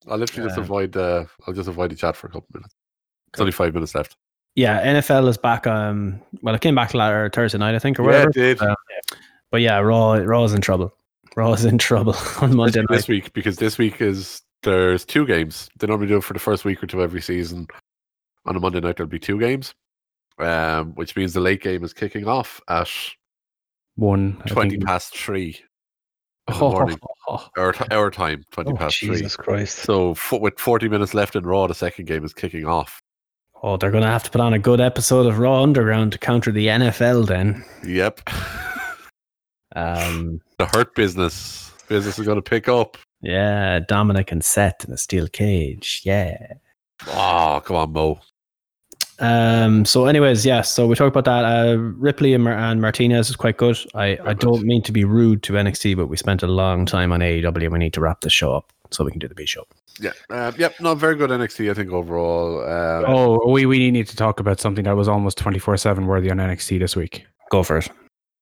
S5: I'll literally just
S3: Yeah.
S5: avoid. Uh, I'll just avoid the chat for a couple minutes. It's only five minutes left.
S3: Yeah, NFL is back. Um, well, it came back la- Thursday night, I think, or whatever.
S5: Yeah, it did
S3: Uh, But yeah, Raw, Raw is in trouble. Raw is in trouble on Monday night.
S5: this week because this week is there's two games. They normally do it for the first week or two every season. On a Monday night, there'll be two games, um, which means the late game is kicking off at
S7: One I
S5: twenty
S7: think.
S5: past three in
S3: Oh,
S5: the morning. our, t- our time, 20
S4: Oh,
S5: past
S4: Jesus Christ.
S5: three. So fo- with 40 minutes left in Raw, the second game is kicking off.
S3: Oh, they're gonna have to put on a good episode of Raw Underground to counter the NFL. Then,
S5: Yep.
S3: um,
S5: the hurt business. Business is going to pick up.
S3: yeah, Dominic and Seth in a steel cage. Yeah.
S5: Oh, come on, Mo.
S3: Um. So, anyways, yeah. So we talked about that. Uh, Ripley and, Mar- and Martinez is quite good. I, I
S5: good.
S3: don't mean to be rude to NXT, but we spent a long time on AEW. We need to wrap this show up so we can do the B show.
S5: Yeah. Um, yep. Not very good NXT, I think, overall. Um,
S7: Oh, we we need to talk about something that was almost twenty four seven worthy on NXT this week.
S3: Go for it.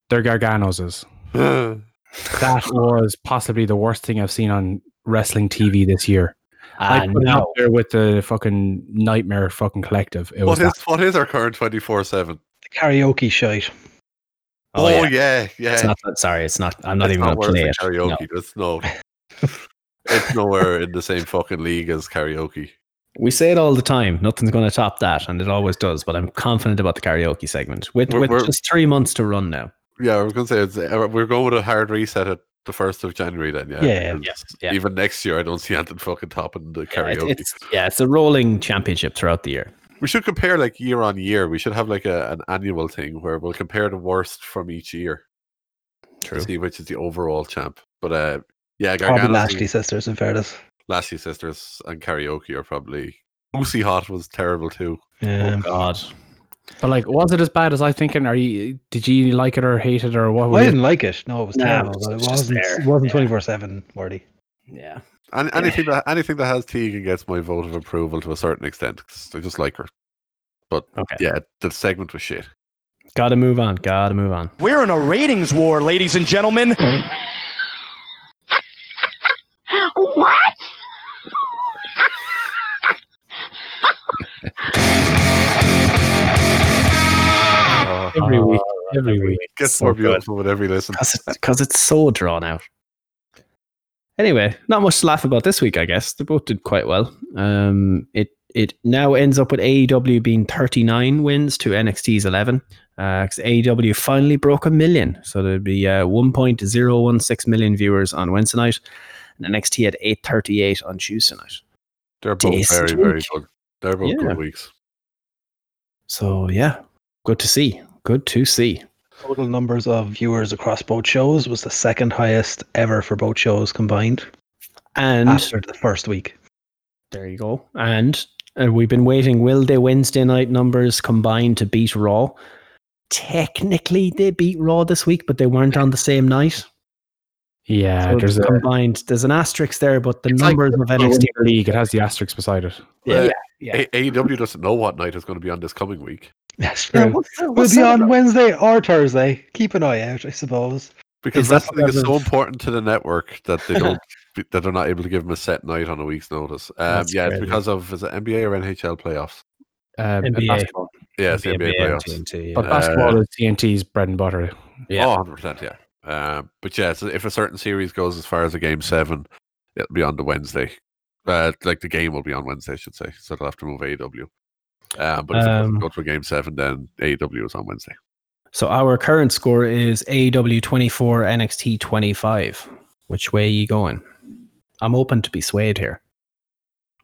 S7: They're Garganos'
S3: Oh,
S7: that was possibly the worst thing I've seen on wrestling TV this year. I
S3: And
S7: put it up there with the fucking nightmare fucking collective. It was
S5: what, is,
S7: that.
S5: what is our current 24 7?
S4: Karaoke shite.
S5: Oh,
S3: Oh, yeah.
S5: yeah. Yeah.
S3: It's not, sorry, it's not. I'm not
S5: It's
S3: even going to
S5: worth
S3: play
S5: the
S3: it. No.
S5: karaoke. It's no. it's nowhere in the same fucking league as karaoke.
S3: We say it all the time. Nothing's going to top that, and it always does. But I'm confident about the karaoke segment. With,
S5: We're-
S3: with
S5: we're-
S3: just three months to run now.
S5: Yeah, I was gonna say it's, uh, we're going with a hard reset at the first of January. Then, yeah,
S4: Yeah,
S5: because
S3: yes, yeah.
S5: Even next year, I don't see anything fucking topping the
S3: Yeah, it-
S5: karaoke.
S3: it's yeah, it's a rolling championship throughout the year.
S5: we should compare like year on year. We should have like a, an annual thing where we'll compare the worst from each year to
S3: True.
S5: see which is the overall champ. But uh, yeah,
S4: Probably
S5: Gargano,
S4: Lashley sisters, in fairness.
S5: Lashley sisters, and karaoke are probably. Moosey Hot was terrible too.
S3: Oh
S4: Yeah.
S3: God.
S7: But like, was it as bad as I thinking? Are you? Did you like it or hate it or what?
S4: Well, I
S7: was it?
S4: didn't like it. No, it was
S3: Oh, No,
S4: terrible.
S3: it's
S4: but It
S3: just
S4: wasn't.
S3: there.
S4: It wasn't
S3: Yeah.
S4: twenty four seven, Marty.
S3: Yeah.
S5: An- anything that anything that has Tegan gets my vote of approval to a certain extent. 'cause I just like her.
S3: Okay.
S5: Yeah, the segment was shit.
S3: Gotta move on. Gotta move on.
S2: We're in a ratings war, ladies and gentlemen.
S9: What?
S5: Uh-huh.
S3: Every week. Every week.
S5: Gets
S3: So
S5: more
S3: good.
S5: beautiful with every listen.
S3: Because because it's so drawn out. Anyway, not much to laugh about this week, I guess. They both did quite well. Um, it it now ends up with AEW being 39 wins to NXT's 11. Because AEW E finally broke a million, so there'd be uh, 1.016 million viewers on Wednesday night, and NXT at 8:38 on Tuesday night.
S5: They're both
S3: Decent
S5: very, very
S3: week.
S5: good. They're both
S3: Yeah.
S5: good weeks.
S3: So yeah, good to see. Good to see.
S4: Total numbers of viewers across both shows was the second highest ever for both shows combined
S3: And
S4: after the first week.
S3: There you go. And uh, we've been waiting. Will they Wednesday night numbers combine to beat Raw? Technically, they beat Raw this week, but they weren't on the same night.
S7: Yeah,
S3: So
S7: there's
S3: it's
S7: a
S3: combined. There's an asterisk there, but the
S7: It's like
S3: numbers of NXT.
S7: Premier league. It has the asterisk beside it.
S3: Yeah,
S5: Uh,
S3: yeah, yeah.
S5: A- AEW doesn't know what night is going to be on this coming week
S4: That's true.
S3: Yeah, what's that-
S4: we'll
S3: what's
S4: be
S3: that
S4: on
S3: about?
S4: Wednesday or Thursday. Keep an eye out, I suppose.
S5: because
S3: Is that
S5: wrestling is
S3: because
S5: so
S3: of-
S5: important to the network that they don't that they're not able to give them a set night on a week's notice. Um,
S3: That's
S5: yeah, it's
S3: crazy.
S5: because of is it NBA or NHL playoffs?
S7: Um, and
S3: NBA.
S7: basketball.
S5: Yeah, it's NBA,
S3: NBA
S5: playoffs.
S3: and TNT,
S7: But
S3: yeah.
S7: basketball is TNT's bread and butter.
S3: Yeah.
S5: Oh, 100%, yeah. Um, but yeah, so if a certain series goes as far as a game seven, it'll be on the Wednesday. Uh, like the game will be on Wednesday, I should say. So they'll have to move AEW. Um, but if it doesn't
S3: Um,
S5: go to a game seven, then AEW is on Wednesday.
S3: So our current score is AEW 24, NXT 25. Which way are you going? I'm open to be swayed here.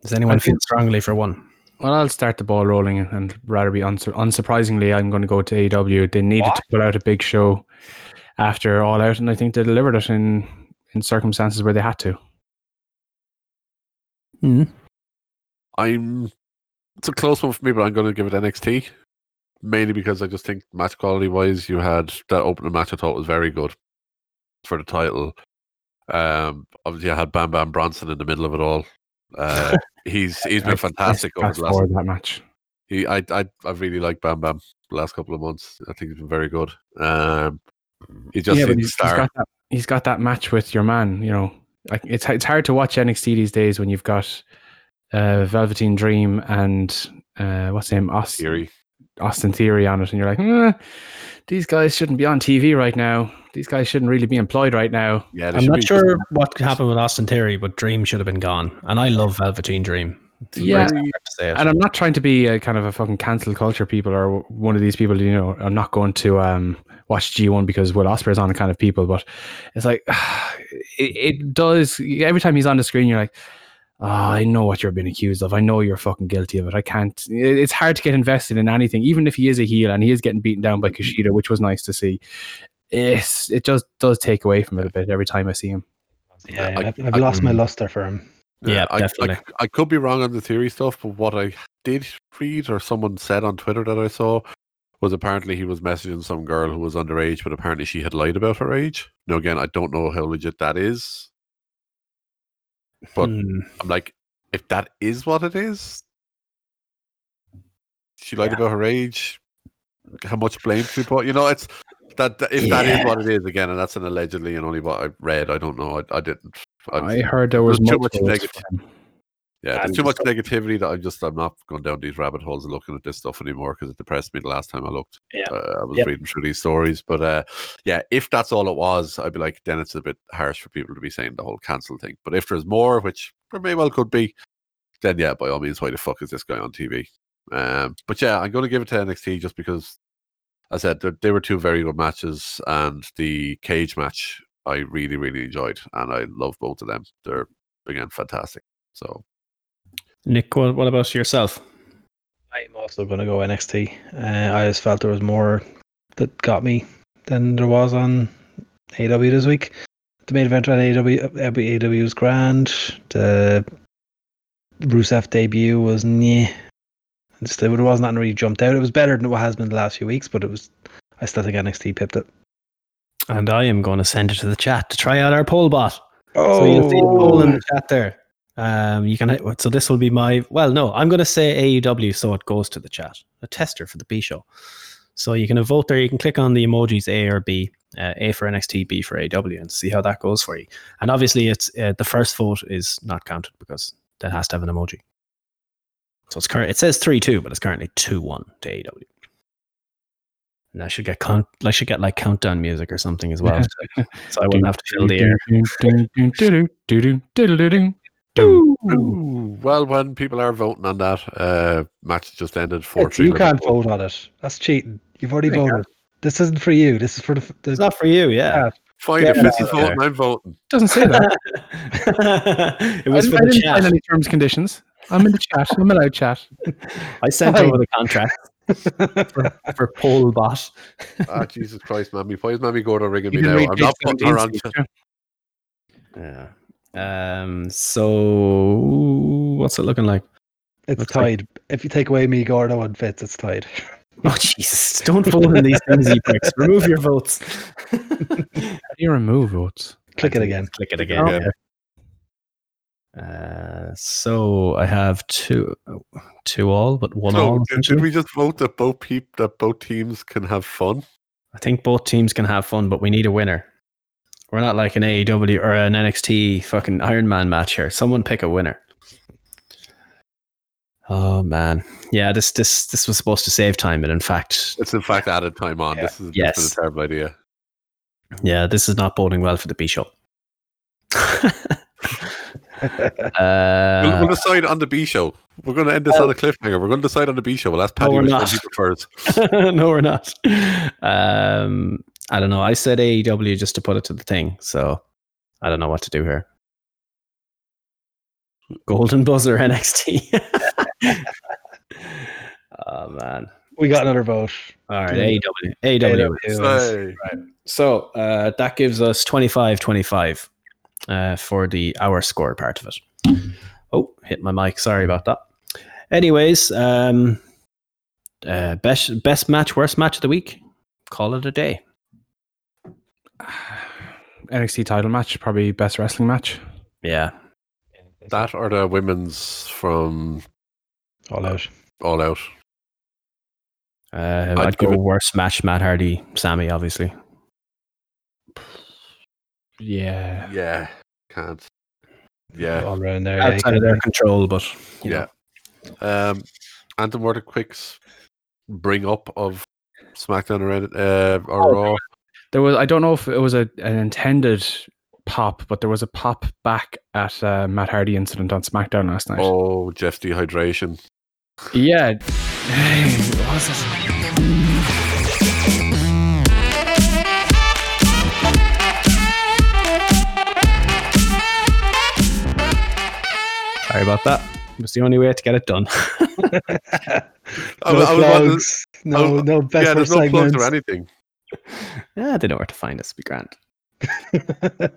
S3: Does anyone feel strongly for one?
S7: Well, I'll start the ball rolling, and rather be unsur- unsurprisingly, I'm going to go to AEW. They needed to put out a big show after All Out, and I think they delivered it in in circumstances where they had to.
S5: I'm. It's a close one for me, but I'm going to give it NXT. Mainly because I just think match quality wise, you had that opening match I thought was very good for the title. Um, obviously, I had Bam Bam Bronson in the middle of it all. Uh, he's he's
S7: I- I
S5: been fantastic over
S7: fast
S5: the last
S7: forward that match.
S5: He, I, I, I really like Bam Bam. The last couple of months, I think he's been very good. Um, he just
S7: yeah, but
S5: seems
S7: he's,
S5: to
S7: he's
S5: star.
S7: got that, he's got that match with your man. You know, like it's it's hard to watch NXT these days when you've got uh, Velveteen Dream and uh, what's his name Austin
S5: Theory.
S7: Austin Theory on it, and you're like, "Eh, these guys shouldn't be on TV right now. These guys shouldn't really be employed right now.
S5: Yeah, they
S3: I'm
S5: should
S3: not
S5: be-
S3: sure what happened with Austin Theory, but Dream should have been gone. And I love Velveteen Dream.
S7: Yeah.
S3: Very hard to say it.
S7: And I'm not trying to be a kind of a fucking cancel culture people or one of these people, you know, I'm not going to um, watch G1 because Will Ospreay's on kind of people, but it's like, it, it does, every time he's on the screen, you're like, "Ah, I know what you're being accused of. I know you're fucking guilty of it. I can't, it- it's hard to get invested in anything, even if he is a heel and he is getting beaten down by Kushida, which was nice to see. It's, it just does take away from it a bit every time I see him.
S4: Yeah,
S5: I-
S4: I've,
S5: I-
S4: I've lost
S3: mm.
S4: my luster for him.
S3: Yeah,
S5: I,
S3: definitely.
S5: I, I could be wrong on the theory stuff, but what I did read or someone said on Twitter that I saw was apparently he was messaging some girl who was underage, but apparently she had lied about her age. Now, again, I don't know how legit that is. But
S3: Hmm.
S5: I'm like, if that is what it is, she lied about her age. How much blame she put? You know, it's that, that- if that is what it is again, and that's an allegedly and only what I read. I don't know. I, I didn't. I,
S7: I heard there was
S5: There's too much
S7: multiple
S5: negative-
S7: for him.
S5: yeah, there's too much negativity that I'm just I'm not going down these rabbit holes of looking at this stuff anymore because it depressed me the last time I looked.
S3: Yeah.
S5: Uh, I was
S3: Yep.
S5: reading through these stories, but uh, yeah, if that's all it was, I'd be like, then it's a bit harsh for people to be saying the whole cancel thing. But if there's more, which there may well could be, then yeah, by all means, why the fuck is this guy on TV? Um, but yeah, I'm going to give it to NXT just because I said there, they were two very good matches, and the cage match I really really enjoyed, and I love both of them. They're again fantastic. So
S3: Nick, what, what about yourself?
S4: I'm also going to go NXT. Uh, I just felt there was more that got me than there was on AW this week. The main event on AW, AW was grand. The Rusev debut was meh. It still it wasn't nothing really jumped out. It was better than what has been the last few weeks, but it was. I still think NXT pipped it.
S3: And I am going to send it to the chat to try out our poll bot.
S4: Oh,
S3: So you'll see a poll in the chat there. Um, you can. So this will be my. Well, no, I'm going to say AEW, so it goes to the chat. A tester for the B show. So you can vote there. You can click on the emojis A or B, uh, A for NXT, B for AEW, and see how that goes for you. And obviously, it's uh, the first vote is not counted because that has to have an emoji. So it's current. It says three two, but it's currently two one to AEW. And I should get count. I should get like countdown music or something as well, so- so I wouldn't have to fill the air.
S5: Ooh, well, when people are voting on that, uh, match just ended four
S4: It's-
S5: three.
S4: you can't vote on it. That's cheating. You've already
S3: Yeah.
S4: voted. This isn't for you. This is for the. f- the
S3: It's not for you, yeah.
S5: Fine, if
S3: Yeah.
S5: this is voting, I'm voting.
S7: Doesn't say that.
S3: it
S7: I
S3: was
S7: didn't,
S3: for
S7: I
S3: the
S7: didn't sign
S3: chat.
S7: any terms and conditions. I'm in the chat. I'm allowed chat.
S3: I sent
S4: Fine.
S3: over the contract for, for poll bot.
S5: ah, Jesus Christ, Mammy. Why is Mammy Gordo ringing me
S7: You can
S5: now?
S7: read
S5: I'm not
S7: page
S5: putting her on.
S7: 17.
S3: Yeah. Um. So what's it looking like?
S4: it's
S3: looks like-
S4: tied. If you take away me, Gordo, and Fitz, it's tied.
S3: Oh Jesus! Don't vote in these things, you pricks. Remove your votes.
S7: You remove votes.
S4: Click it again.
S3: Click it again.
S5: Okay.
S3: yeah. Uh, so I have two, two all, but one all.
S5: So, did, did
S3: essentially.
S5: we just vote that both peop, that both teams can have fun?
S3: I think both teams can have fun, but we need a winner. We're not like an AEW or an NXT fucking Iron Man match here. Someone pick a winner. Oh man, yeah this this this was supposed to save time, but in fact,
S5: It's in fact added time on. This is
S3: Yes.
S5: this is a terrible idea.
S3: yeah, this is not boding well for the B show. uh,
S5: we'll, we'll decide on the B show. We're going to end this on a cliffhanger. We're going to decide on the B show. We'll ask Paddy
S3: we're
S5: which one
S3: not.
S5: he prefers.
S3: no, we're not. Um, I don't know. I said AEW just to put it to the thing, so I don't know what to do here. Golden buzzer NXT. oh man!
S4: We got another vote.
S3: All right, E AEW.
S4: E
S3: AEW.
S5: Say.
S3: So uh, that gives us 25 25 uh, for the hour score part of it. Oh, hit my mic. Sorry about that. Anyways, um, uh, best, best match, worst match of the week. Call it a day.
S7: NXT title match, probably best wrestling match.
S3: Yeah.
S5: That or the women's from
S4: All out.
S5: All Out.
S3: Uh, I'd,
S5: I'd
S3: go
S5: give it-
S3: worst match, Matt Hardy, Sammy, obviously.
S7: Yeah.
S5: Yeah, can't. Yeah,
S4: All around there.
S3: Outside of their control, but you know.
S5: yeah. Um, Anton Ward Quick's bring up of SmackDown or, Red- uh, or
S7: Oh,
S5: Raw.
S7: There was I don't know if it was a, an intended pop, but there was a pop back at uh, Matt Hardy incident on SmackDown last night.
S5: Oh, Jeff dehydration.
S7: Yeah. What was it?
S3: Sorry about that. It was the only way to get it done.
S5: I was- I
S4: no
S5: was wondering-
S4: plugs.
S5: I
S4: No,
S5: was-
S4: no best
S5: yeah,
S4: for
S5: there's no plugs
S4: segments.
S5: or anything.
S3: yeah, they know where to find us. Be grand.